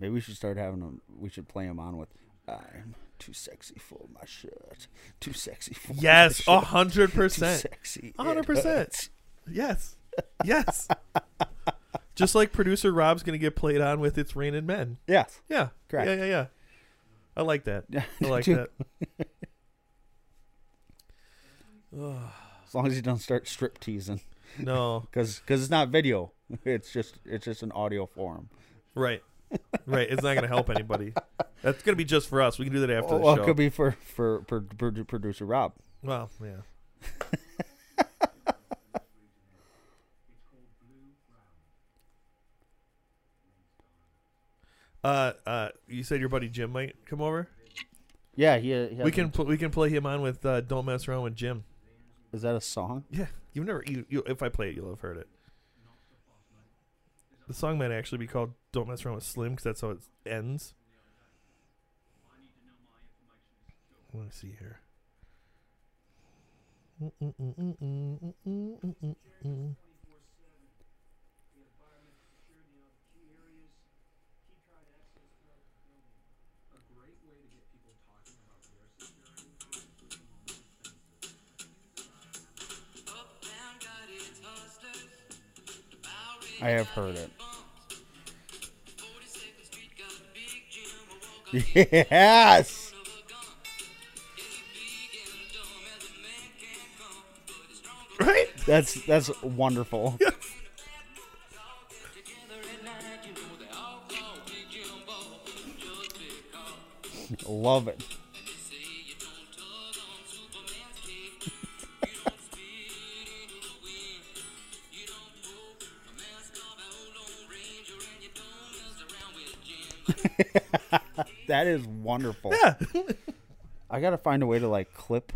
Speaker 1: Maybe we should start having them. We should play them on with "I'm too sexy for my shirt, too sexy for my
Speaker 2: Yes,
Speaker 1: shirt,
Speaker 2: a hundred
Speaker 1: too
Speaker 2: percent.
Speaker 1: sexy,
Speaker 2: A hundred
Speaker 1: it
Speaker 2: percent.
Speaker 1: hurts."
Speaker 2: Yes. Yes. Just like producer Rob's gonna get played on with "It's Raining Men."
Speaker 1: Yes,
Speaker 2: Yeah.
Speaker 1: Correct.
Speaker 2: Yeah, yeah, yeah. I like that.
Speaker 1: Yeah,
Speaker 2: I like
Speaker 1: do-
Speaker 2: that. Ugh,
Speaker 1: As long as you don't start strip teasing,
Speaker 2: no,
Speaker 1: because it's not video. It's just it's just an audio form.
Speaker 2: right, right. It's not going to help anybody. That's going to be just for us. We can do that after
Speaker 1: Oh,
Speaker 2: the
Speaker 1: well,
Speaker 2: show.
Speaker 1: it could be for for, for produ- producer Rob.
Speaker 2: Well, yeah. Uh, uh, you said your buddy Jim might come over.
Speaker 1: Yeah, he. he
Speaker 2: we
Speaker 1: has
Speaker 2: can
Speaker 1: a-
Speaker 2: pl- we can play him on with uh, "Don't Mess Around with Jim."
Speaker 1: Is that a song?
Speaker 2: Yeah, you've never you, you if I play it, you'll have heard it. The song might actually be called "Don't Mess Around with Slim" because that's how it ends. Let me see here.
Speaker 1: I have heard it. Yes.
Speaker 2: Right?
Speaker 1: That's that's wonderful. Love it. that is wonderful.
Speaker 2: Yeah.
Speaker 1: I gotta find a way to like clip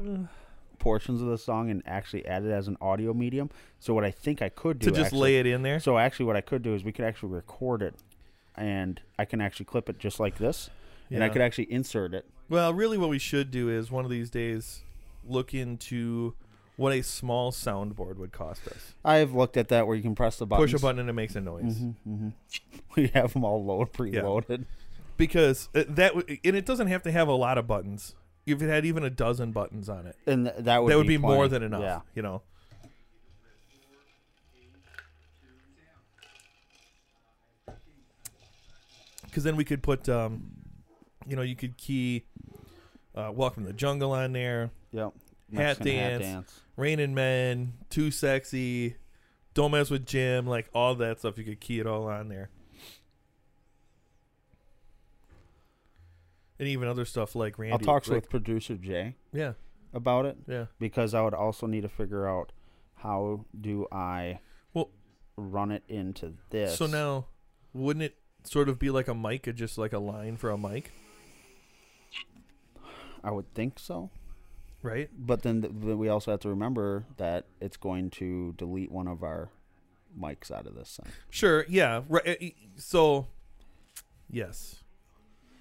Speaker 1: portions of the song and actually add it as an audio medium. So what I think I could do
Speaker 2: to just
Speaker 1: actually-
Speaker 2: lay it in there.
Speaker 1: So actually, what I could do is we could actually record it, and I can actually clip it just like this, and I
Speaker 2: Yeah.
Speaker 1: could actually insert it.
Speaker 2: Well, really, what we should do is one of these days look into what a small soundboard would cost us.
Speaker 1: I've looked at that where you can press the button.
Speaker 2: Push a button and it makes a noise.
Speaker 1: Mm-hmm. We have them all load preloaded.
Speaker 2: because uh, that w- and it doesn't have to have a lot of buttons. If it had even a dozen buttons on it,
Speaker 1: And th- that would
Speaker 2: that would be, more
Speaker 1: plenty.
Speaker 2: than enough.
Speaker 1: Yeah.
Speaker 2: You know. Because then we could put, um, you know, you could key uh, "Welcome to the Jungle" on there,
Speaker 1: Yep.
Speaker 2: Hat
Speaker 1: Mexican
Speaker 2: dance. "Raining Men," "Too Sexy," "Don't Mess with Jim," like all that stuff. You could key it all on there, and even other stuff like Randy.
Speaker 1: I'll talk
Speaker 2: like-
Speaker 1: with producer Jay
Speaker 2: Yeah,
Speaker 1: about it
Speaker 2: yeah.
Speaker 1: because I would also need to figure out how do I
Speaker 2: Well,
Speaker 1: run it into this.
Speaker 2: so now wouldn't it sort of be like a mic, or just like a line for a mic,
Speaker 1: I would think so.
Speaker 2: right?
Speaker 1: But then, th- then we also have to remember that it's going to delete one of our mics out of this thing.
Speaker 2: Sure. Yeah. Right. uh, e- So, yes.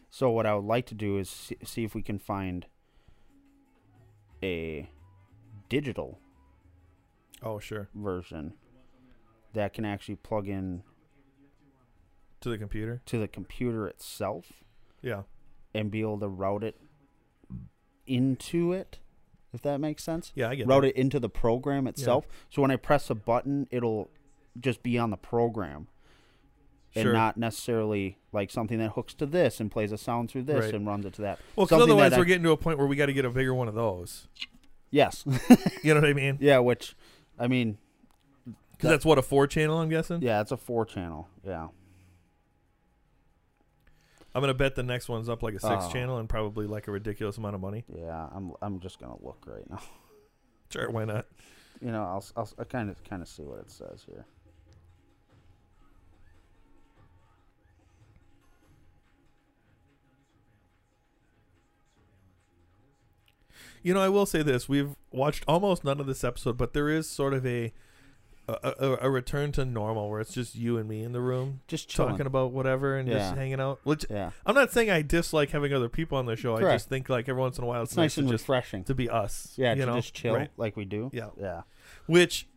Speaker 1: So what I would like to do is see, see if we can find a digital
Speaker 2: Oh, sure.
Speaker 1: version that can actually plug in
Speaker 2: To the computer.
Speaker 1: to the computer itself
Speaker 2: Yeah.
Speaker 1: and be able to route it into it if that makes sense.
Speaker 2: Yeah, I get
Speaker 1: route it into the program itself. So when I press a button, it'll just be on the program and
Speaker 2: Sure.
Speaker 1: not necessarily like something that hooks to this and plays a sound through this
Speaker 2: Right.
Speaker 1: and runs it to that.
Speaker 2: Well, 'cause
Speaker 1: Something that
Speaker 2: otherwise
Speaker 1: I-
Speaker 2: we're getting to a point where we got to get a bigger one of those.
Speaker 1: yes.
Speaker 2: You know what I mean?
Speaker 1: Yeah, which, I mean,
Speaker 2: Because that's what a four channel, I'm guessing.
Speaker 1: yeah, it's a four channel. Yeah.
Speaker 2: I'm gonna bet the next one's up like a six
Speaker 1: Oh.
Speaker 2: channel and probably like a ridiculous amount of money.
Speaker 1: Yeah, I'm I'm just gonna look right now.
Speaker 2: Sure, why not?
Speaker 1: You know, I'll I'll I kind of kind of see what it says here.
Speaker 2: You know, I will say this: we've watched almost none of this episode, but there is sort of a a, a, a return to normal where it's just you and me in the room
Speaker 1: Just chilling.
Speaker 2: talking about whatever and just
Speaker 1: Yeah.
Speaker 2: hanging out. Which
Speaker 1: Yeah,
Speaker 2: I'm not saying I dislike having other people on the show. I
Speaker 1: Correct.
Speaker 2: just think like every once in a while it's,
Speaker 1: it's nice and
Speaker 2: to just
Speaker 1: refreshing.
Speaker 2: to be us.
Speaker 1: yeah,
Speaker 2: you
Speaker 1: to
Speaker 2: know?
Speaker 1: just chill
Speaker 2: Right.
Speaker 1: like we do.
Speaker 2: Yeah.
Speaker 1: yeah.
Speaker 2: Which,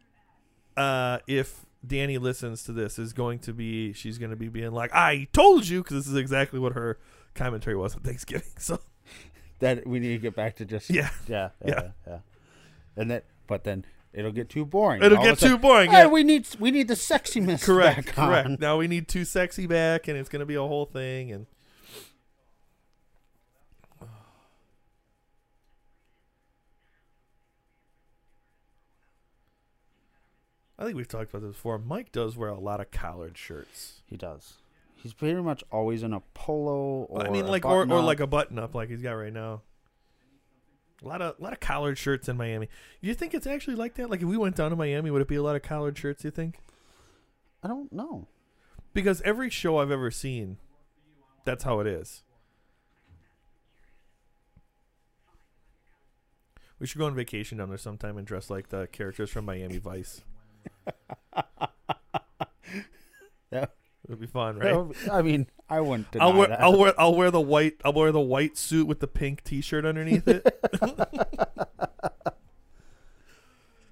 Speaker 2: uh, if Danny listens to this, is going to be she's going to be being like, "I told you," because this is exactly what her commentary was on Thanksgiving. So
Speaker 1: That we need to get back to just
Speaker 2: yeah,
Speaker 1: yeah,
Speaker 2: Yeah.
Speaker 1: yeah, yeah. And that, but then it'll get too boring.
Speaker 2: It'll
Speaker 1: All of a
Speaker 2: get
Speaker 1: sudden,
Speaker 2: too boring,
Speaker 1: "Hey,
Speaker 2: yeah."
Speaker 1: we need we need the sexiness.
Speaker 2: correct,
Speaker 1: back
Speaker 2: correct.
Speaker 1: on."
Speaker 2: Now we need too sexy back, and it's going to be a whole thing. And I think we've talked about this before. Mike does wear a lot of collared shirts.
Speaker 1: He does. He's pretty much always in a polo or
Speaker 2: I mean,
Speaker 1: a
Speaker 2: like or, or
Speaker 1: button-up.
Speaker 2: like a button up, like he's got right now. A lot of lot of collared shirts in Miami. Do you think it's actually like that? Like if we went down to Miami, would it be a lot of collared shirts? You think?
Speaker 1: I don't know.
Speaker 2: Because every show I've ever seen, that's how it is. We should go on vacation down there sometime and dress like the characters from Miami Vice.
Speaker 1: That-
Speaker 2: It'll be fun, right?
Speaker 1: that would- I mean, I wouldn't deny
Speaker 2: I'll wear,
Speaker 1: that.
Speaker 2: I'll wear I'll wear the white I'll wear the white suit with the pink T-shirt underneath it.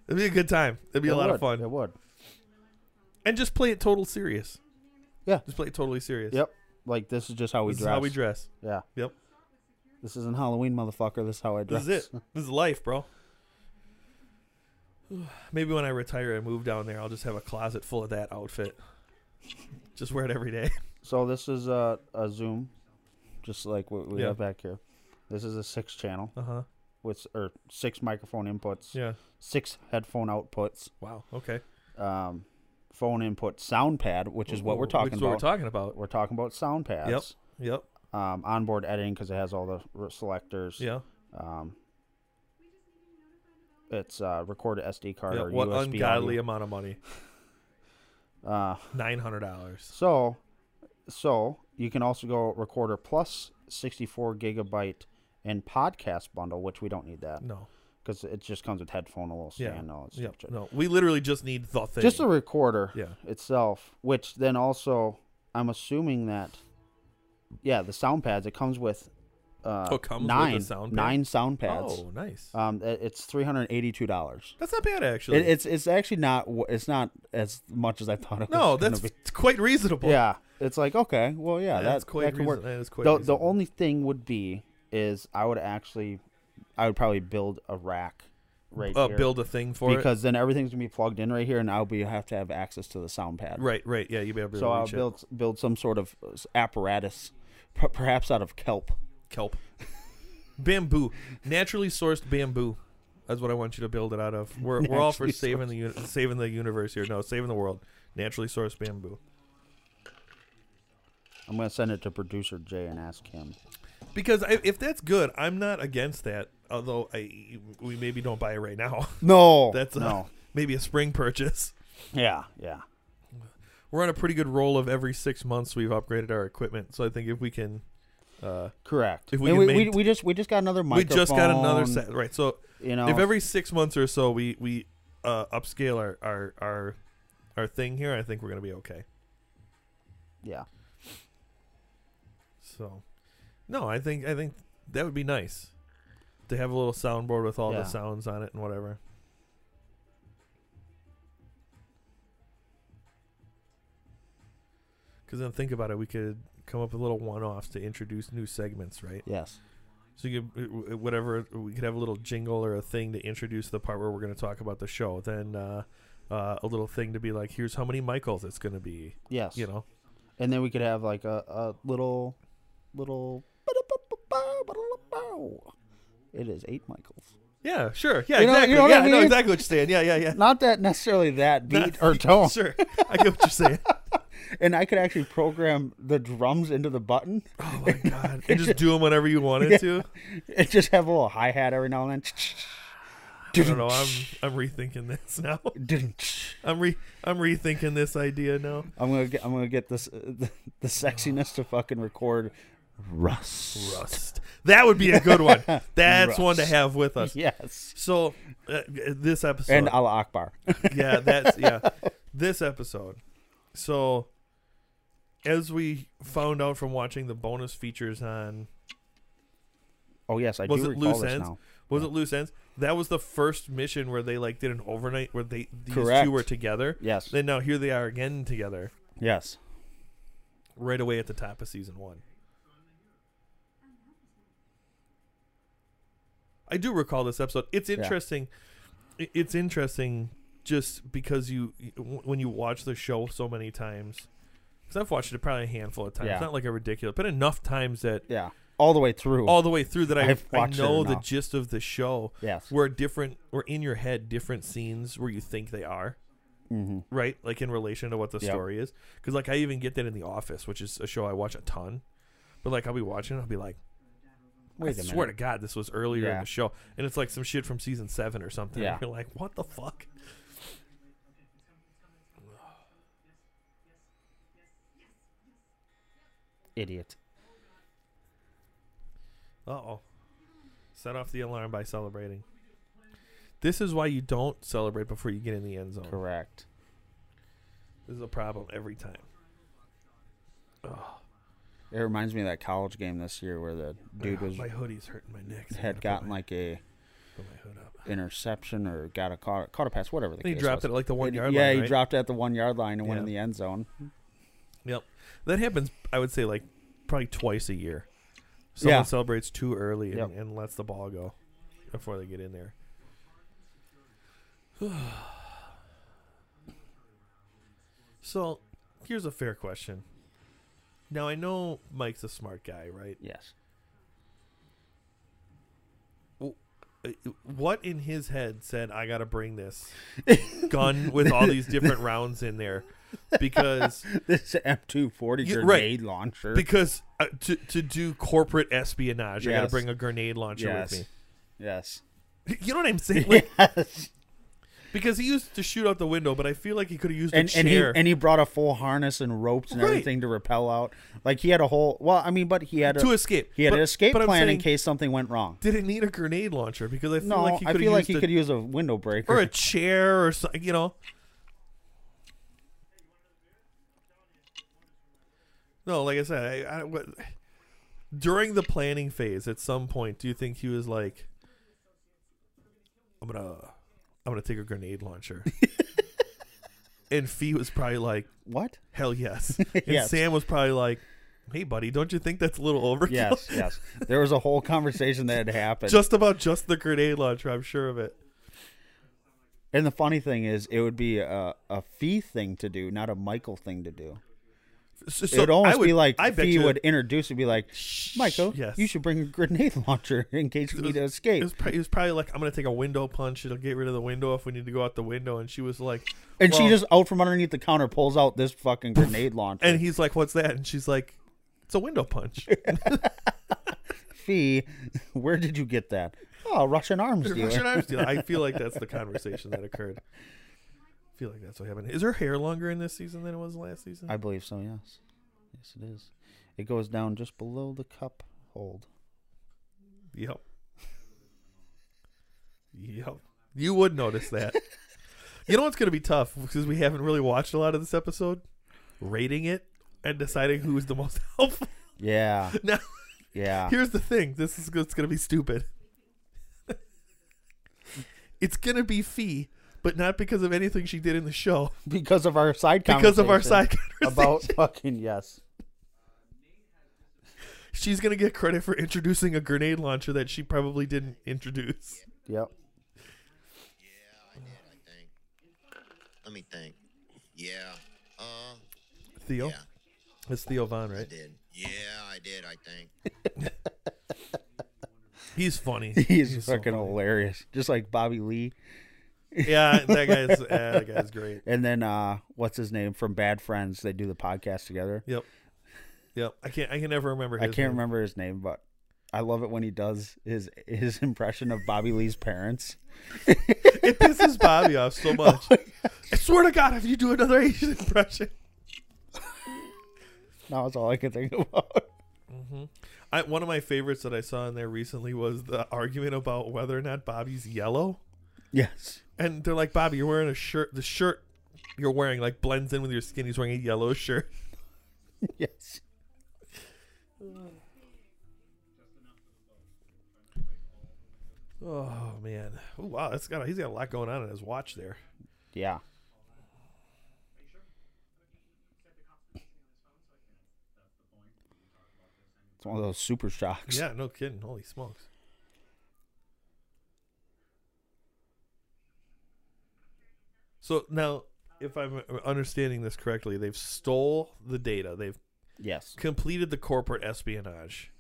Speaker 2: It'd be a good time. It'd be
Speaker 1: It
Speaker 2: a lot
Speaker 1: would.
Speaker 2: of fun,
Speaker 1: It would.
Speaker 2: and just play it total serious.
Speaker 1: Yeah.
Speaker 2: just play it totally serious.
Speaker 1: Yep. Like this is just how we
Speaker 2: this is
Speaker 1: dress.
Speaker 2: how we dress.
Speaker 1: Yeah.
Speaker 2: Yep.
Speaker 1: This isn't Halloween, motherfucker. This is how I
Speaker 2: This
Speaker 1: dress.
Speaker 2: is it. This is life, bro. Maybe when I retire and move down there, I'll just have a closet full of that outfit. Just wear it every day.
Speaker 1: So this is a, a Zoom, just like what we
Speaker 2: Yeah.
Speaker 1: have back here. This is a six channel
Speaker 2: Uh huh.
Speaker 1: with or six microphone inputs,
Speaker 2: Yeah.
Speaker 1: six headphone outputs,
Speaker 2: Wow. Okay.
Speaker 1: um, phone input sound pad, which is what we're talking
Speaker 2: Which is
Speaker 1: about.
Speaker 2: What we're talking about.
Speaker 1: We're talking about sound pads.
Speaker 2: Yep. Yep.
Speaker 1: Um, onboard editing because it has all the r- selectors.
Speaker 2: Yeah.
Speaker 1: Um, it's uh, record to SD card
Speaker 2: yeah.
Speaker 1: or
Speaker 2: What
Speaker 1: USB.
Speaker 2: ungodly
Speaker 1: audio.
Speaker 2: amount of money?
Speaker 1: Uh,
Speaker 2: Nine hundred dollars.
Speaker 1: So, so you can also go recorder plus 64 gigabyte and podcast bundle, which we don't need that
Speaker 2: No.
Speaker 1: because it just comes with headphone, a little
Speaker 2: Yeah.
Speaker 1: stand, and all that
Speaker 2: Yep.
Speaker 1: stuff.
Speaker 2: No. We literally just need the thing.
Speaker 1: Just the recorder
Speaker 2: Yeah.
Speaker 1: itself, which then also, I'm assuming that, yeah, the sound pads it comes with. Uh,
Speaker 2: Oh, it comes with a
Speaker 1: nine
Speaker 2: sound pad?
Speaker 1: nine sound pads.
Speaker 2: Oh, nice.
Speaker 1: Um, it- it's three hundred eighty-two dollars.
Speaker 2: That's not bad actually.
Speaker 1: It, it's it's actually not wh- it's not as much as I thought it was. gonna
Speaker 2: no, that's
Speaker 1: be.
Speaker 2: it's quite reasonable.
Speaker 1: Yeah, it's like okay, well, yeah,
Speaker 2: That's
Speaker 1: that,
Speaker 2: quite
Speaker 1: that could work.
Speaker 2: reason- that is quite
Speaker 1: the, the
Speaker 2: reasonable.
Speaker 1: only thing would be is I would actually, I would probably build a rack right
Speaker 2: Uh,
Speaker 1: here
Speaker 2: build a thing for it.
Speaker 1: because then everything's gonna be plugged in right here, and I'll be have to have access to the sound pad.
Speaker 2: Right. Right. Yeah. You better be able
Speaker 1: So
Speaker 2: to
Speaker 1: I'll
Speaker 2: reach it.
Speaker 1: build build some sort of apparatus, per- perhaps out of kelp.
Speaker 2: kelp, bamboo, naturally sourced bamboo. That's what I want you to build it out of. We're, we're all for
Speaker 1: Naturally
Speaker 2: saving the uni- saving the universe here. No, saving the world. Naturally sourced bamboo.
Speaker 1: I'm gonna send it to producer Jay and ask him.
Speaker 2: Because I, if that's good, I'm not against that. Although I we maybe don't buy it right now.
Speaker 1: No,
Speaker 2: that's a-
Speaker 1: no,
Speaker 2: maybe a spring purchase.
Speaker 1: yeah, yeah.
Speaker 2: We're on a pretty good roll of every six months we've upgraded our equipment. So I think if we can, uh,
Speaker 1: Correct.
Speaker 2: If we
Speaker 1: And we,
Speaker 2: can
Speaker 1: we,
Speaker 2: maint-
Speaker 1: we just we just got another
Speaker 2: we
Speaker 1: microphone.
Speaker 2: just got another set right. So
Speaker 1: You know,
Speaker 2: if every six months or so we we uh, upscale our our our our thing here, I think we're gonna be okay.
Speaker 1: yeah.
Speaker 2: So, no, I think I think that would be nice to have a little soundboard with all
Speaker 1: Yeah.
Speaker 2: the sounds on it and whatever. Because then think about it, we could come up with little one-offs to introduce new segments, right?
Speaker 1: Yes.
Speaker 2: So you could, uh, whatever we could have a little jingle or a thing to introduce the part where we're going to talk about the show. Then uh, uh, a little thing to be like, here's how many Michaels it's going to be.
Speaker 1: Yes.
Speaker 2: You know,
Speaker 1: and then we could have like a, a little little it is eight michaels
Speaker 2: yeah, sure, yeah,
Speaker 1: You know- you
Speaker 2: exactly,
Speaker 1: know what I
Speaker 2: yeah, I know
Speaker 1: mean?
Speaker 2: exactly what you're saying, yeah, yeah, yeah.
Speaker 1: not that necessarily that beat or tone
Speaker 2: Sure, I get what you're saying.
Speaker 1: and i could actually program the drums into the button
Speaker 2: Oh my god, and just do them whenever you wanted to.
Speaker 1: and just have a little hi-hat every now and
Speaker 2: I don't know. I'm I'm rethinking this now.
Speaker 1: then
Speaker 2: I'm re I'm rethinking this idea now.
Speaker 1: i'm gonna get i'm gonna get this uh, the, the sexiness to fucking record russ
Speaker 2: Rust. That would be a good one. That's one to
Speaker 1: Rust.
Speaker 2: have with us.
Speaker 1: yes
Speaker 2: So uh, this episode
Speaker 1: and allah akbar
Speaker 2: yeah, that's yeah. This episode. So as we found out from watching the bonus features on
Speaker 1: oh yes i
Speaker 2: was
Speaker 1: do
Speaker 2: it
Speaker 1: recall
Speaker 2: loose
Speaker 1: this
Speaker 2: ends?
Speaker 1: now
Speaker 2: Was it loose ends? That was the first mission where they like did an overnight where they these
Speaker 1: Correct.
Speaker 2: two were together.
Speaker 1: yes
Speaker 2: Then now here they are again together
Speaker 1: yes
Speaker 2: right away at the top of season 1. I do recall this episode. It's interesting. i- It's interesting just because you when you watch the show so many times. Cuz I've watched it probably a handful of times.
Speaker 1: Yeah.
Speaker 2: Not like a ridiculous, but enough times that
Speaker 1: yeah all the way through
Speaker 2: all the way through that I,
Speaker 1: I've
Speaker 2: I
Speaker 1: watched it
Speaker 2: know the
Speaker 1: enough.
Speaker 2: gist of the show.
Speaker 1: Yes.
Speaker 2: Where different where in your head different scenes where you think they are.
Speaker 1: Mm-hmm.
Speaker 2: right? Like in relation to what the
Speaker 1: Yep.
Speaker 2: story is. Because like I even get that in The Office, which is a show I watch a ton. But like I'll be watching, I'll be like,
Speaker 1: Wait
Speaker 2: I
Speaker 1: a
Speaker 2: swear
Speaker 1: minute.
Speaker 2: to God, this was earlier in
Speaker 1: Yeah.
Speaker 2: the show, and it's like some shit from season seven or something.
Speaker 1: Yeah.
Speaker 2: You're like, what the fuck?
Speaker 1: Idiot.
Speaker 2: Uh oh. Set off the alarm by celebrating. This is why you don't celebrate before you get in the end zone.
Speaker 1: Correct.
Speaker 2: This is a problem every time.
Speaker 1: It reminds me of that college game this year where the dude was
Speaker 2: my hoodie's hurting my neck. so I'm
Speaker 1: had
Speaker 2: gonna
Speaker 1: gotten like a
Speaker 2: put my, put my hood up.
Speaker 1: interception or got a caught, caught a pass, whatever the
Speaker 2: He
Speaker 1: case
Speaker 2: dropped
Speaker 1: was.
Speaker 2: it at like the one
Speaker 1: And-
Speaker 2: yard
Speaker 1: yeah,
Speaker 2: line.
Speaker 1: he
Speaker 2: right?
Speaker 1: dropped it at the one yard line and went in
Speaker 2: Yeah.
Speaker 1: the end zone.
Speaker 2: Yep. That happens, I would say, like probably twice a year. Someone
Speaker 1: Yeah.
Speaker 2: celebrates too early and,
Speaker 1: Yep.
Speaker 2: and lets the ball go before they get in there. so here's a fair question. Now, I know Mike's a smart guy, right?
Speaker 1: Yes.
Speaker 2: Uh, What in his head said, I got to bring this gun with all these different rounds in there? Because
Speaker 1: This M240
Speaker 2: Yeah, right.
Speaker 1: grenade launcher.
Speaker 2: because uh, to to do corporate espionage, I got to
Speaker 1: Yes.
Speaker 2: bring a grenade launcher
Speaker 1: yes.
Speaker 2: with
Speaker 1: Yes.
Speaker 2: me. You know what I'm saying? Like,
Speaker 1: yes.
Speaker 2: Because he used to shoot out the window, but I feel like he could have used a
Speaker 1: and and he
Speaker 2: chair.
Speaker 1: and he brought a full harness and ropes and
Speaker 2: Right.
Speaker 1: everything to repel out. Like he had a whole. Well, I mean, but he had a,
Speaker 2: To escape.
Speaker 1: He had
Speaker 2: But-
Speaker 1: an escape
Speaker 2: but I'm
Speaker 1: plan in
Speaker 2: saying-
Speaker 1: case something went wrong.
Speaker 2: Did it need a grenade launcher? Because I feel
Speaker 1: No,
Speaker 2: like he
Speaker 1: I
Speaker 2: could
Speaker 1: feel like
Speaker 2: have
Speaker 1: he
Speaker 2: used
Speaker 1: could
Speaker 2: a,
Speaker 1: use a window breaker.
Speaker 2: or a chair or something. You know. No, like I said, I, I, what, during the planning phase, at some point, do you think he was like, "I'm gonna, I'm gonna take a grenade launcher," and Fee was probably like,
Speaker 1: what?
Speaker 2: Hell yes. And
Speaker 1: Yes.
Speaker 2: Sam was probably like, hey, buddy, don't you think that's a little overkill?
Speaker 1: Yes, yes. There was a whole conversation that had happened.
Speaker 2: just about just the grenade launcher, I'm sure of it.
Speaker 1: and the funny thing is, it would be a, a fee thing to do, not a Michael thing to do.
Speaker 2: So,
Speaker 1: it would almost
Speaker 2: I would,
Speaker 1: be like
Speaker 2: I bet
Speaker 1: Fee
Speaker 2: you
Speaker 1: would introduce and be like, Michael,
Speaker 2: yes.
Speaker 1: you should bring a grenade launcher in case we need to
Speaker 2: It
Speaker 1: escape.
Speaker 2: was, probably, it was probably like, I'm going to take a window punch. It'll get rid of the window if we need to go out the window. And she was like,
Speaker 1: and she
Speaker 2: well-
Speaker 1: just out from underneath the counter pulls out this fucking grenade launcher.
Speaker 2: and he's like, what's that? And she's like, it's a window punch.
Speaker 1: Fee, where did you get that? Oh, Russian arms dealer.
Speaker 2: Russian arms dealer. I feel like that's the conversation that occurred. I feel like that's what happened. Is her hair longer in this season than it was last season?
Speaker 1: I believe so, yes. Yes, it is. It goes down just below the cup hold.
Speaker 2: Yep. Yep. You would notice that. you know what's going to be tough because we haven't really watched a lot of this episode? Rating it and deciding who is the most helpful.
Speaker 1: Yeah,
Speaker 2: Now,
Speaker 1: yeah.
Speaker 2: here's the thing this is it's going to be stupid. it's going to be Fee, but not because of anything she did in the show,
Speaker 1: Because of our side
Speaker 2: because of our
Speaker 1: conversation
Speaker 2: side
Speaker 1: about fucking yes.
Speaker 2: She's going to get credit for introducing a grenade launcher that she probably didn't introduce.
Speaker 1: Yep.
Speaker 4: Yeah, I did, I think. Let me think. Yeah. Uh,
Speaker 2: Theo?
Speaker 4: Yeah.
Speaker 2: It's Theo Vaughn,
Speaker 4: I
Speaker 2: right?
Speaker 4: did. Yeah, I did, I think.
Speaker 2: He's funny.
Speaker 1: He's,
Speaker 2: so
Speaker 1: fucking
Speaker 2: funny.
Speaker 1: hilarious. Just like Bobby Lee
Speaker 2: Yeah, that guy's uh, that guy's great.
Speaker 1: and then uh what's his name from Bad Friends, they do the podcast together.
Speaker 2: Yep, yep. I can't. I can never remember.
Speaker 1: I
Speaker 2: His
Speaker 1: can't
Speaker 2: name.
Speaker 1: remember his name, but I love it when he does his his impression of Bobby Lee's parents.
Speaker 2: It pisses Bobby off
Speaker 1: Oh
Speaker 2: so much. I swear to God, if you do another Asian impression,
Speaker 1: Now that's all I can think about.
Speaker 2: I, one of my favorites that I saw in there recently was the argument about whether or not Bobby's yellow.
Speaker 1: yes.
Speaker 2: And they're like, Bobby, you're wearing a shirt. The shirt you're wearing like blends in with your skin. He's wearing a yellow shirt.
Speaker 1: Yes.
Speaker 2: Oh man. Oh wow, that's got. A, he's got a lot going on in his watch there.
Speaker 1: Yeah. It's one of those super shocks.
Speaker 2: Yeah, no kidding. Holy smokes. So now, if I'm understanding this correctly, they've stole the data. They've
Speaker 1: Yes.
Speaker 2: completed the corporate espionage.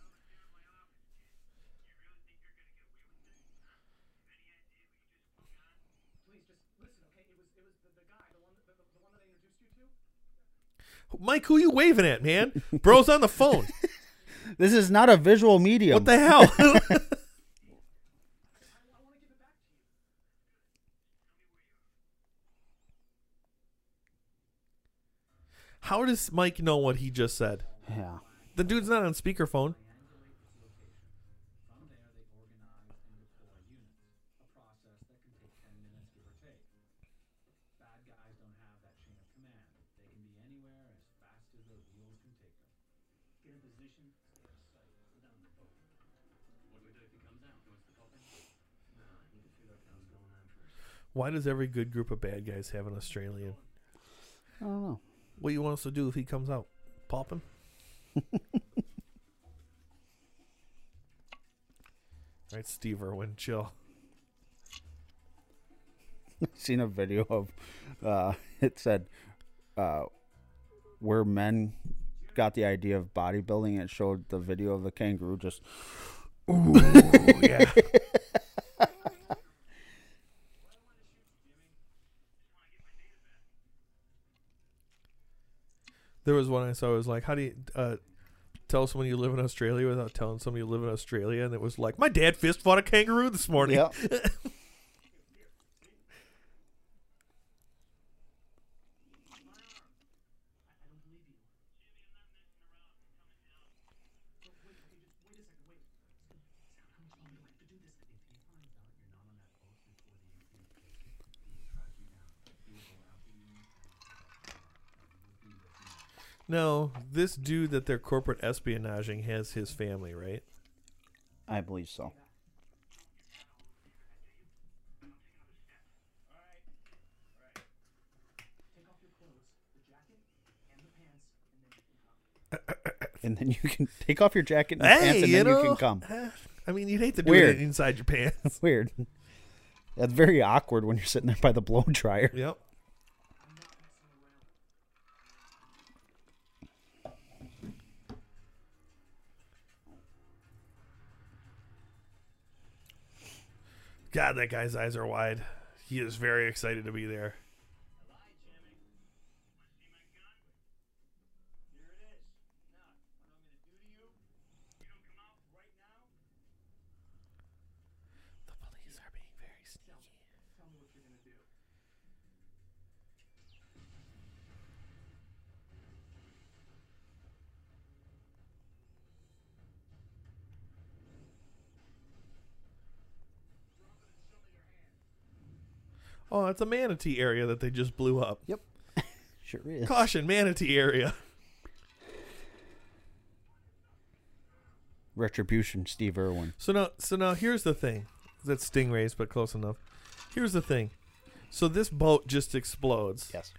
Speaker 2: Mike, who you waving at, man? Bro's on the phone.
Speaker 1: This is not a visual medium.
Speaker 2: What the hell? How does Mike know what he just said?
Speaker 1: Yeah.
Speaker 2: The dude's not on speakerphone. Why does every good group of bad guys have an Australian?
Speaker 1: I don't know.
Speaker 2: What you want us to do if he comes out? Pop him? All right, Steve Irwin, chill.
Speaker 1: seen a video of uh it said uh where men got the idea of bodybuilding and it showed the video of the kangaroo just Oh,
Speaker 2: yeah. there was one I saw. It was like, how do you uh, tell someone you live in Australia without telling somebody you live in Australia? And it was like, my dad fist fought a kangaroo this morning.
Speaker 1: yeah
Speaker 2: No, this dude that they're corporate espionaging has his family, right?
Speaker 1: i believe so and then you can take off your jacket and pants and then you can come
Speaker 2: Eh, I mean, you'd hate to do
Speaker 1: Weird.
Speaker 2: it inside your pants.
Speaker 1: weird that's very awkward when you're sitting there by the blow dryer
Speaker 2: Yep. God, that guy's eyes are wide. He is very excited to be there. The police are being very sneaky. Oh, it's a manatee area that they just blew up.
Speaker 1: yep sure is
Speaker 2: Caution, manatee area.
Speaker 1: retribution steve irwin
Speaker 2: So now, so now here's the thing. That's stingrays, but close enough. Here's the thing. So this boat just explodes.
Speaker 1: yes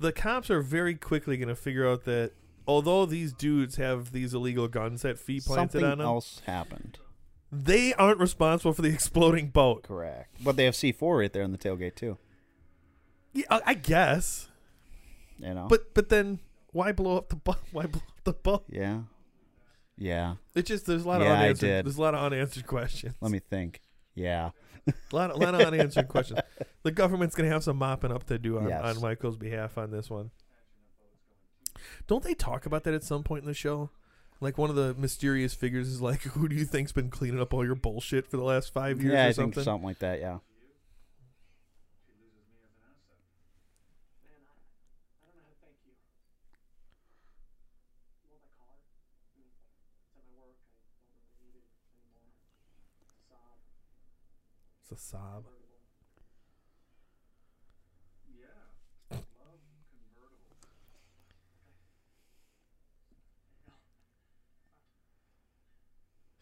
Speaker 2: The cops are very quickly going to figure out that although these dudes have these illegal guns that fee planted
Speaker 1: something
Speaker 2: on them,
Speaker 1: else happened
Speaker 2: they aren't responsible for the exploding boat.
Speaker 1: correct but they have c4 right there in the tailgate too
Speaker 2: Yeah, I, I guess.
Speaker 1: you know
Speaker 2: But but then why blow up the boat? Why blow up the boat?
Speaker 1: yeah yeah
Speaker 2: It's just there's a lot of
Speaker 1: Yeah, I
Speaker 2: unanswered.
Speaker 1: did.
Speaker 2: There's a lot of unanswered questions.
Speaker 1: let me think yeah
Speaker 2: A lot, of, lot of unanswered questions. The government's going to have some mopping up to do on,
Speaker 1: Yes.
Speaker 2: on Michael's behalf on this one. Don't they talk about that at some point in the show? Like one of the mysterious figures is like, "Who do you think's been cleaning up all your bullshit for the last five years?"
Speaker 1: yeah
Speaker 2: or
Speaker 1: i
Speaker 2: something?
Speaker 1: think something like that yeah
Speaker 2: It's a sob.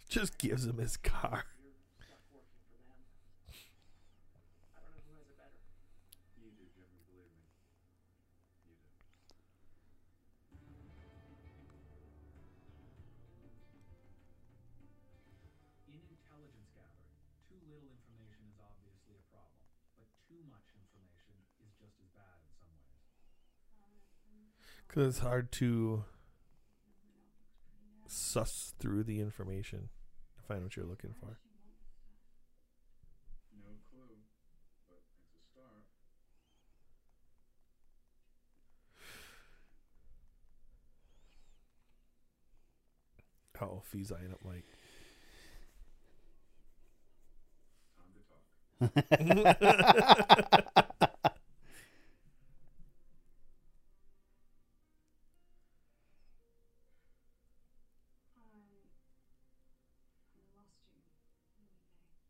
Speaker 2: Just gives him his car.
Speaker 5: In intelligence gathering, too little information is obviously a problem, but too much information is just as bad in some ways.
Speaker 2: Because it's hard to suss through the information to find what you're looking for.
Speaker 5: No clue, but it's a start.
Speaker 2: Oh, he's eyeing up Mike.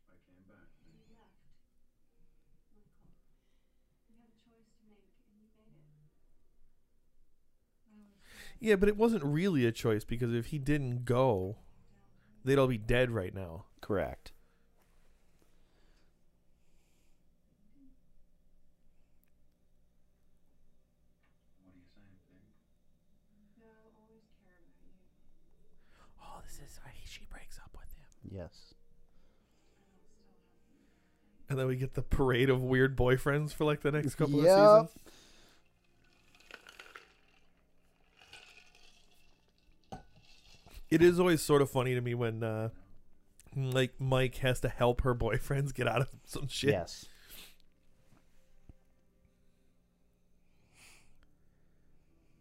Speaker 5: I came back.
Speaker 2: Yeah, but it wasn't really a choice because if he didn't go, they'd all be dead right now.
Speaker 1: Correct.
Speaker 5: What are you saying, Dick?
Speaker 2: Oh, this is why she breaks up with him.
Speaker 1: Yes.
Speaker 2: And then we get the parade of weird boyfriends for like the next couple of
Speaker 1: Yep.
Speaker 2: seasons. It is always sort of funny to me when uh like Mike has to help her boyfriends get out of some shit.
Speaker 1: Yes.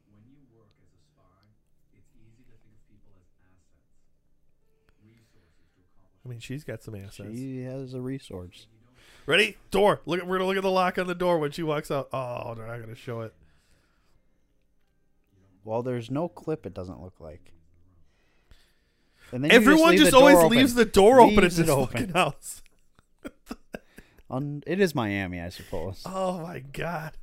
Speaker 5: When you work as a spy, it's easy to think of people as assets, resources to accomplish.
Speaker 2: I mean, she's got some assets.
Speaker 1: She has a resource.
Speaker 2: Ready? Door. Look. at- We're gonna look at the lock on the door when she walks out. Oh, they're not gonna show it.
Speaker 1: Well, there's no clip. It doesn't look like. And then you
Speaker 2: Everyone
Speaker 1: leave
Speaker 2: just,
Speaker 1: the door
Speaker 2: always
Speaker 1: open.
Speaker 2: leaves the door open at
Speaker 1: Leaves
Speaker 2: this
Speaker 1: it open.
Speaker 2: fucking house.
Speaker 1: Un- it is Miami, I suppose.
Speaker 2: Oh my god.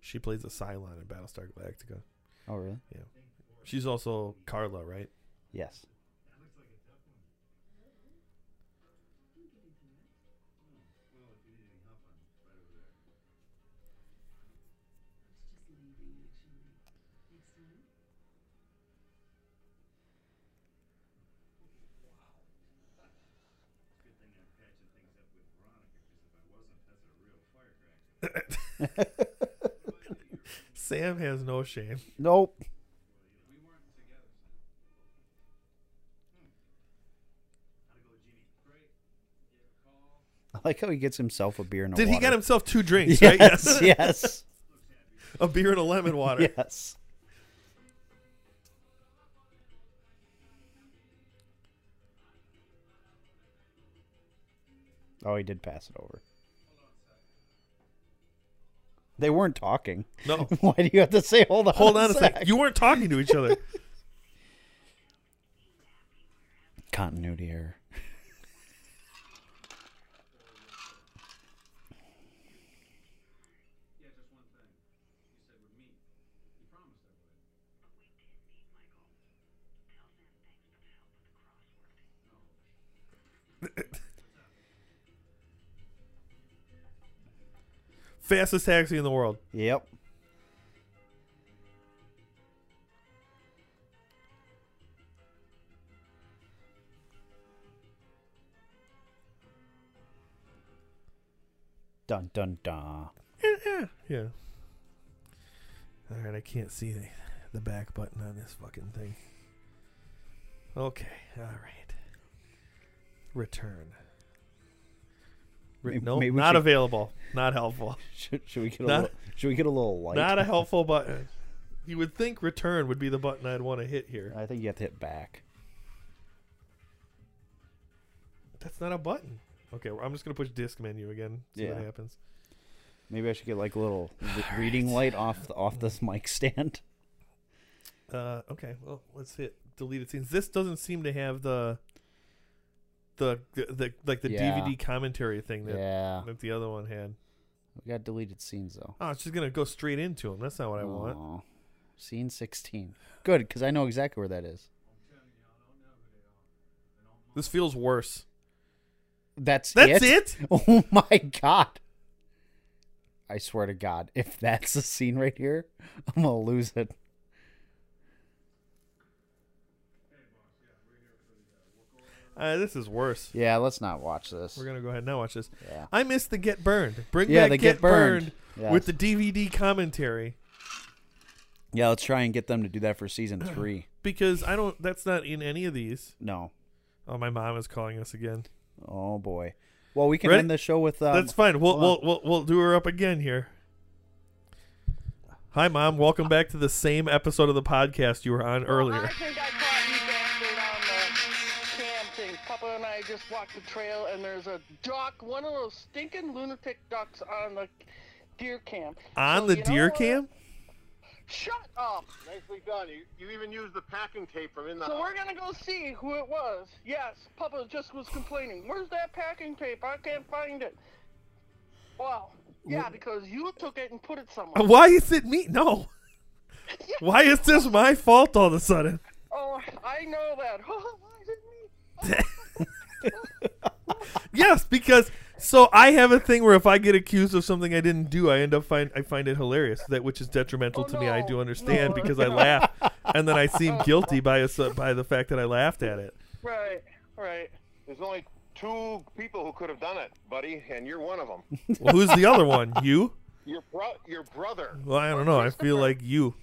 Speaker 2: She plays a Cylon in Battlestar Galactica.
Speaker 1: Oh, really?
Speaker 2: Yeah. She's also Carla, right?
Speaker 1: Yes.
Speaker 2: Sam has no shame.
Speaker 1: Nope. I like how he gets himself a beer and a
Speaker 2: Did he
Speaker 1: water.
Speaker 2: get himself two drinks, right?
Speaker 1: Yes, yes,
Speaker 2: a beer and a lemon water.
Speaker 1: yes. Oh, he did pass it over. They weren't talking.
Speaker 2: No.
Speaker 1: Why do you have to say hold on?
Speaker 2: Hold on a
Speaker 1: sec?
Speaker 2: sec. You weren't talking to each other.
Speaker 1: continuity error.
Speaker 5: Yeah, just one thing. You said we'd meet. You promised I would.
Speaker 2: Fastest taxi in the world.
Speaker 1: Yep. Dun dun dun.
Speaker 2: Yeah. All right, I can't see the, the back button on this fucking thing. Okay, all right. Return. Re-
Speaker 1: Maybe-
Speaker 2: no,
Speaker 1: maybe we
Speaker 2: not
Speaker 1: should-
Speaker 2: available. Not helpful.
Speaker 1: Should, should we get a
Speaker 2: Not-
Speaker 1: little, should we get a little light?
Speaker 2: Not a helpful button. You would think return would be the button I'd want to hit here.
Speaker 1: I think you have to hit back.
Speaker 2: That's not a button. Okay, well, I'm just gonna push disk menu again. See what
Speaker 1: Yeah.
Speaker 2: happens.
Speaker 1: Maybe I should get like a little re- reading light off the, off this mic stand.
Speaker 2: Uh, okay, well, let's hit deleted scenes. This doesn't seem to have the the the, the like the
Speaker 1: Yeah.
Speaker 2: DVD commentary thing that
Speaker 1: Yeah,
Speaker 2: that the other one had.
Speaker 1: we got deleted scenes though.
Speaker 2: Oh, it's just gonna go straight into him. That's not what I want.
Speaker 1: Aw. Scene sixteen. Good, because I know exactly where that is.
Speaker 2: This feels worse.
Speaker 1: That's
Speaker 2: That's it?
Speaker 1: Oh my god. I swear to god, if that's the scene right here, I'm gonna lose it.
Speaker 2: Uh, this is worse.
Speaker 1: Yeah, let's not watch this.
Speaker 2: We're gonna go ahead and now watch this.
Speaker 1: Yeah.
Speaker 2: I miss the Get Burned. Bring
Speaker 1: Yeah,
Speaker 2: back
Speaker 1: the
Speaker 2: Get,
Speaker 1: Get
Speaker 2: Burned,
Speaker 1: Burned. Yes.
Speaker 2: with the DVD commentary
Speaker 1: Yeah, let's try and get them to do that for season three.
Speaker 2: because I don't. That's not in any of these.
Speaker 1: No.
Speaker 2: Oh, my mom is calling us again.
Speaker 1: Oh boy. Well, we can
Speaker 2: Ready? uh,
Speaker 1: end the show with um,
Speaker 2: that's fine. We'll
Speaker 1: hold on.
Speaker 2: we'll, we'll we'll do her up again here. Hi, Mom. Welcome back to the same episode of the podcast you were on earlier.
Speaker 3: I think I caught you bastard on the cam thing. Papa and I just walked the trail, and there's a duck, one of those stinking lunatic ducks on the deer cam. So
Speaker 2: On the
Speaker 3: you know
Speaker 2: deer
Speaker 3: what?
Speaker 2: cam?
Speaker 3: Shut up.
Speaker 6: Nicely done. You, you even used the packing tape from in the
Speaker 3: So
Speaker 6: house.
Speaker 3: we're gonna go see who it was. Yes, Papa just was complaining. Where's that packing tape? I can't find it. Well, yeah, because you took it and put it somewhere.
Speaker 2: Uh, Why is it me? No. Why is this my fault all of a sudden?
Speaker 3: Oh, I know that. Oh, why is it me?
Speaker 2: Yes, because so I have a thing where if I get accused of something I didn't do, I end up find I find it hilarious. That which is detrimental
Speaker 3: Oh,
Speaker 2: to me. I
Speaker 3: no.
Speaker 2: do understand
Speaker 3: No,
Speaker 2: because I
Speaker 3: no.
Speaker 2: laugh, and then I seem guilty by us by the fact that I laughed at it.
Speaker 3: Right, right.
Speaker 6: There's only two people who could have done it, buddy, and you're one of them.
Speaker 2: Well, who's the other one? You?
Speaker 6: your bro, your brother,
Speaker 2: Well, I don't know. I feel like you.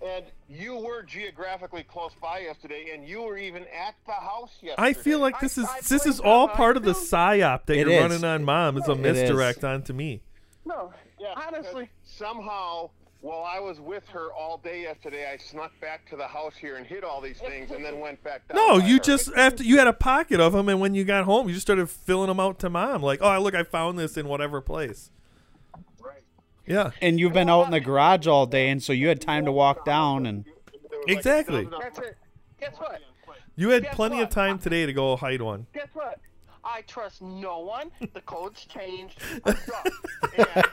Speaker 6: and you were geographically close by yesterday, and you were even at the house yesterday.
Speaker 2: I feel like this
Speaker 3: I-
Speaker 2: is
Speaker 3: I
Speaker 2: this is
Speaker 3: blame
Speaker 2: all
Speaker 3: Papa.
Speaker 2: part of the psyop that
Speaker 1: It
Speaker 2: you're
Speaker 1: is.
Speaker 2: running on mom. It's a
Speaker 1: It is.
Speaker 2: misdirect onto me.
Speaker 3: No,
Speaker 6: Yeah, because
Speaker 3: honestly.
Speaker 6: somehow while I was with her all day yesterday, I snuck back to the house here and hid all these things, and then went back. Down
Speaker 2: No,
Speaker 6: by
Speaker 2: you
Speaker 6: her.
Speaker 2: just after you had a pocket of them, and when you got home, you just started filling them out to mom. Like, oh, look, I found this in whatever place.
Speaker 6: Right.
Speaker 2: Yeah,
Speaker 1: And you've been out in the garage all day, and so you had time to walk down and
Speaker 6: There was like a
Speaker 2: Exactly.
Speaker 6: dozen of
Speaker 3: That's it. Guess what?
Speaker 2: you had
Speaker 3: Guess
Speaker 2: plenty of
Speaker 3: what?
Speaker 2: time today to go hide one.
Speaker 3: Guess what? I trust no one. The code's changed. I'm done. And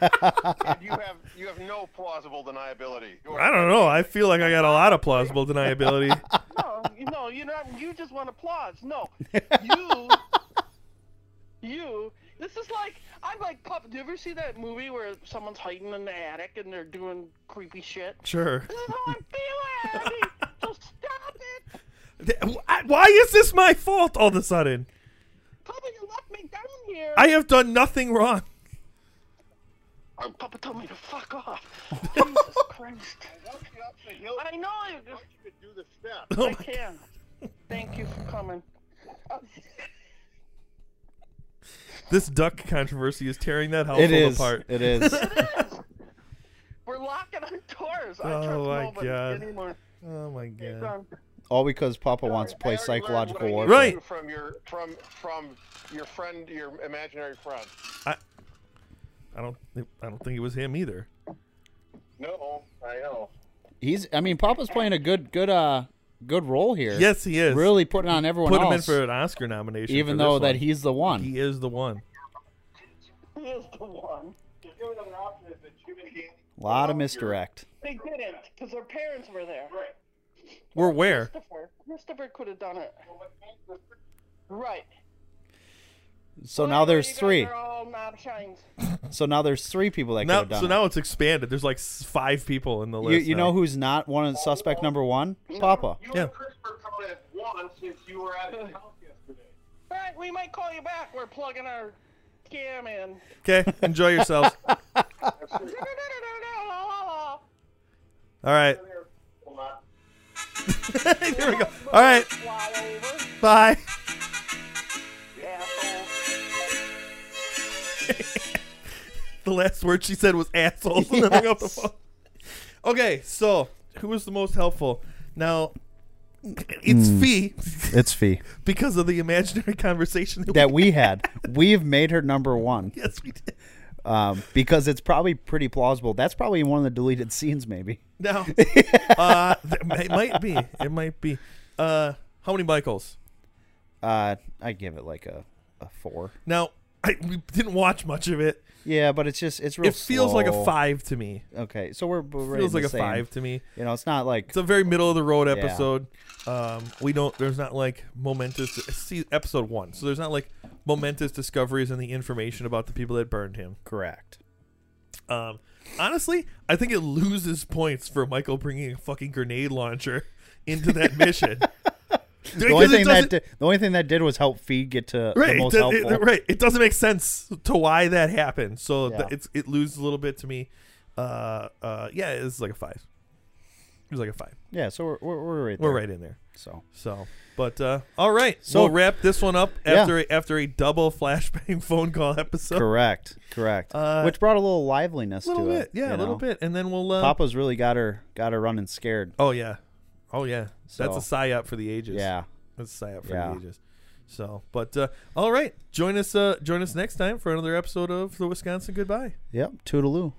Speaker 6: and you have you have no plausible deniability. You are-
Speaker 2: I don't know. I feel like I got a lot of plausible deniability.
Speaker 3: no, you- no, you're not. You just want applause. No, you, you. This is like I'm like Papa. Do you ever see that movie where someone's hiding in the attic and they're doing creepy shit?
Speaker 2: Sure.
Speaker 3: This is how I'm feeling. Andy. so stop it,
Speaker 2: Th- wh- Why is this my fault all of a sudden?
Speaker 3: Papa. You left me down here.
Speaker 2: I have done nothing wrong.
Speaker 3: Oh, Papa told me to fuck off. Jesus Christ.
Speaker 6: Help you up the hill.
Speaker 3: I know you.
Speaker 6: I want you to do the step.
Speaker 2: Oh
Speaker 3: I
Speaker 2: my-
Speaker 3: can. Thank you for coming. Uh,
Speaker 2: This duck controversy is tearing that household
Speaker 1: it is
Speaker 2: apart.
Speaker 1: it is.
Speaker 3: We're locking our doors. I
Speaker 2: Oh
Speaker 3: trust
Speaker 2: my
Speaker 3: nobody
Speaker 2: God.
Speaker 3: anymore.
Speaker 2: Oh my god.
Speaker 3: Um,
Speaker 1: All because Papa wants to play
Speaker 6: I already learned what I
Speaker 1: psychological
Speaker 6: need
Speaker 1: warfare.
Speaker 2: Right.
Speaker 6: to do From your from from your friend, your imaginary friend.
Speaker 2: I don't. thi- I don't think it was him either.
Speaker 6: No, I know.
Speaker 1: He's. I mean, Papa's playing a good, good, uh, good role here.
Speaker 2: Yes, he is.
Speaker 1: Really putting on everyone
Speaker 2: Put him in
Speaker 1: else.
Speaker 2: for an Oscar nomination.
Speaker 1: even
Speaker 2: for
Speaker 1: though
Speaker 2: this
Speaker 1: that
Speaker 2: one.
Speaker 1: he's the one.
Speaker 2: he is the one.
Speaker 3: He is the one.
Speaker 6: There was another option is that you and Andy-
Speaker 1: a lot of misdirect.
Speaker 3: They didn't, because their parents were there.
Speaker 2: We're where?
Speaker 3: Christopher, Christopher could have done it. Right.
Speaker 1: So
Speaker 3: Well,
Speaker 1: now there's
Speaker 3: you guys
Speaker 1: three.
Speaker 3: are all knob shines.
Speaker 1: So now there's three people that could
Speaker 2: Now,
Speaker 1: have done
Speaker 2: so
Speaker 1: it.
Speaker 2: now it's expanded. There's like s- five people in the
Speaker 1: you,
Speaker 2: list.
Speaker 1: you
Speaker 2: now.
Speaker 1: know who's not one of suspect number one? Papa.
Speaker 6: You
Speaker 2: Yeah.
Speaker 6: and Christopher called at one since you were at his house yesterday.
Speaker 3: All right, we might call you back. We're plugging our cam in.
Speaker 2: Okay, enjoy yourselves. All right, here we go. All right,
Speaker 3: Fly over.
Speaker 2: bye.
Speaker 3: Asshole.
Speaker 2: The last word she said was assholes, and then hung up the
Speaker 1: Yes.
Speaker 2: phone. Okay, so who was the most helpful? Now, it's
Speaker 1: Hmm.
Speaker 2: Fee
Speaker 1: It's Fee
Speaker 2: because of the imaginary conversation that,
Speaker 1: that we had. We've made her number one
Speaker 2: we, yes we did.
Speaker 1: um, because it's probably pretty plausible. That's probably one of the deleted scenes, maybe.
Speaker 2: Now, uh, th- it might be. It might be. Uh, how many Michaels?
Speaker 1: Uh, I give it like a, a four.
Speaker 2: Now, I we didn't watch much of it.
Speaker 1: Yeah, but it's just it's real.
Speaker 2: it feels like
Speaker 1: slow.
Speaker 2: a five to me.
Speaker 1: Okay, so we're, we're right in
Speaker 2: feels
Speaker 1: the
Speaker 2: like a
Speaker 1: same.
Speaker 2: five to me.
Speaker 1: You know, it's not like
Speaker 2: It's a very middle of the road
Speaker 1: Yeah.
Speaker 2: episode. Um, we don't. There's not like momentous. See episode one. So there's not like momentous discoveries and the information about the people that burned him.
Speaker 1: correct.
Speaker 2: Um, honestly, I think it loses points for Michael bringing a fucking grenade launcher into that mission.
Speaker 1: The only thing that di- the only thing that did was help Fee get to
Speaker 2: right,
Speaker 1: the most
Speaker 2: it, does-
Speaker 1: helpful.
Speaker 2: it- right. It doesn't make sense to why that happened. So th-
Speaker 1: Yeah.
Speaker 2: it's it loses a little bit to me. Uh, uh, yeah, it's like a five. was like a five.
Speaker 1: Yeah, so we're, we're, we're right there.
Speaker 2: We're right in there.
Speaker 1: So
Speaker 2: So, but uh, all right,
Speaker 1: So-
Speaker 2: we'll wrap this one up
Speaker 1: Yeah.
Speaker 2: after a, after a double flashbang phone call episode.
Speaker 1: correct, correct.
Speaker 2: Uh,
Speaker 1: Which brought a little liveliness
Speaker 2: A little
Speaker 1: to
Speaker 2: bit,
Speaker 1: it.
Speaker 2: yeah,
Speaker 1: you
Speaker 2: a
Speaker 1: know?
Speaker 2: little bit, and then we'll. Uh,
Speaker 1: Papa's really got her got her running scared.
Speaker 2: oh yeah, oh yeah, that's a
Speaker 1: So-
Speaker 2: psyop for the ages.
Speaker 1: Yeah.
Speaker 2: that's a psyop for
Speaker 1: Yeah.
Speaker 2: the ages. So, but uh, all right, join us. Uh, join us next time for another episode of the Wisconsin Goodbye.
Speaker 1: Yep. Toodaloo.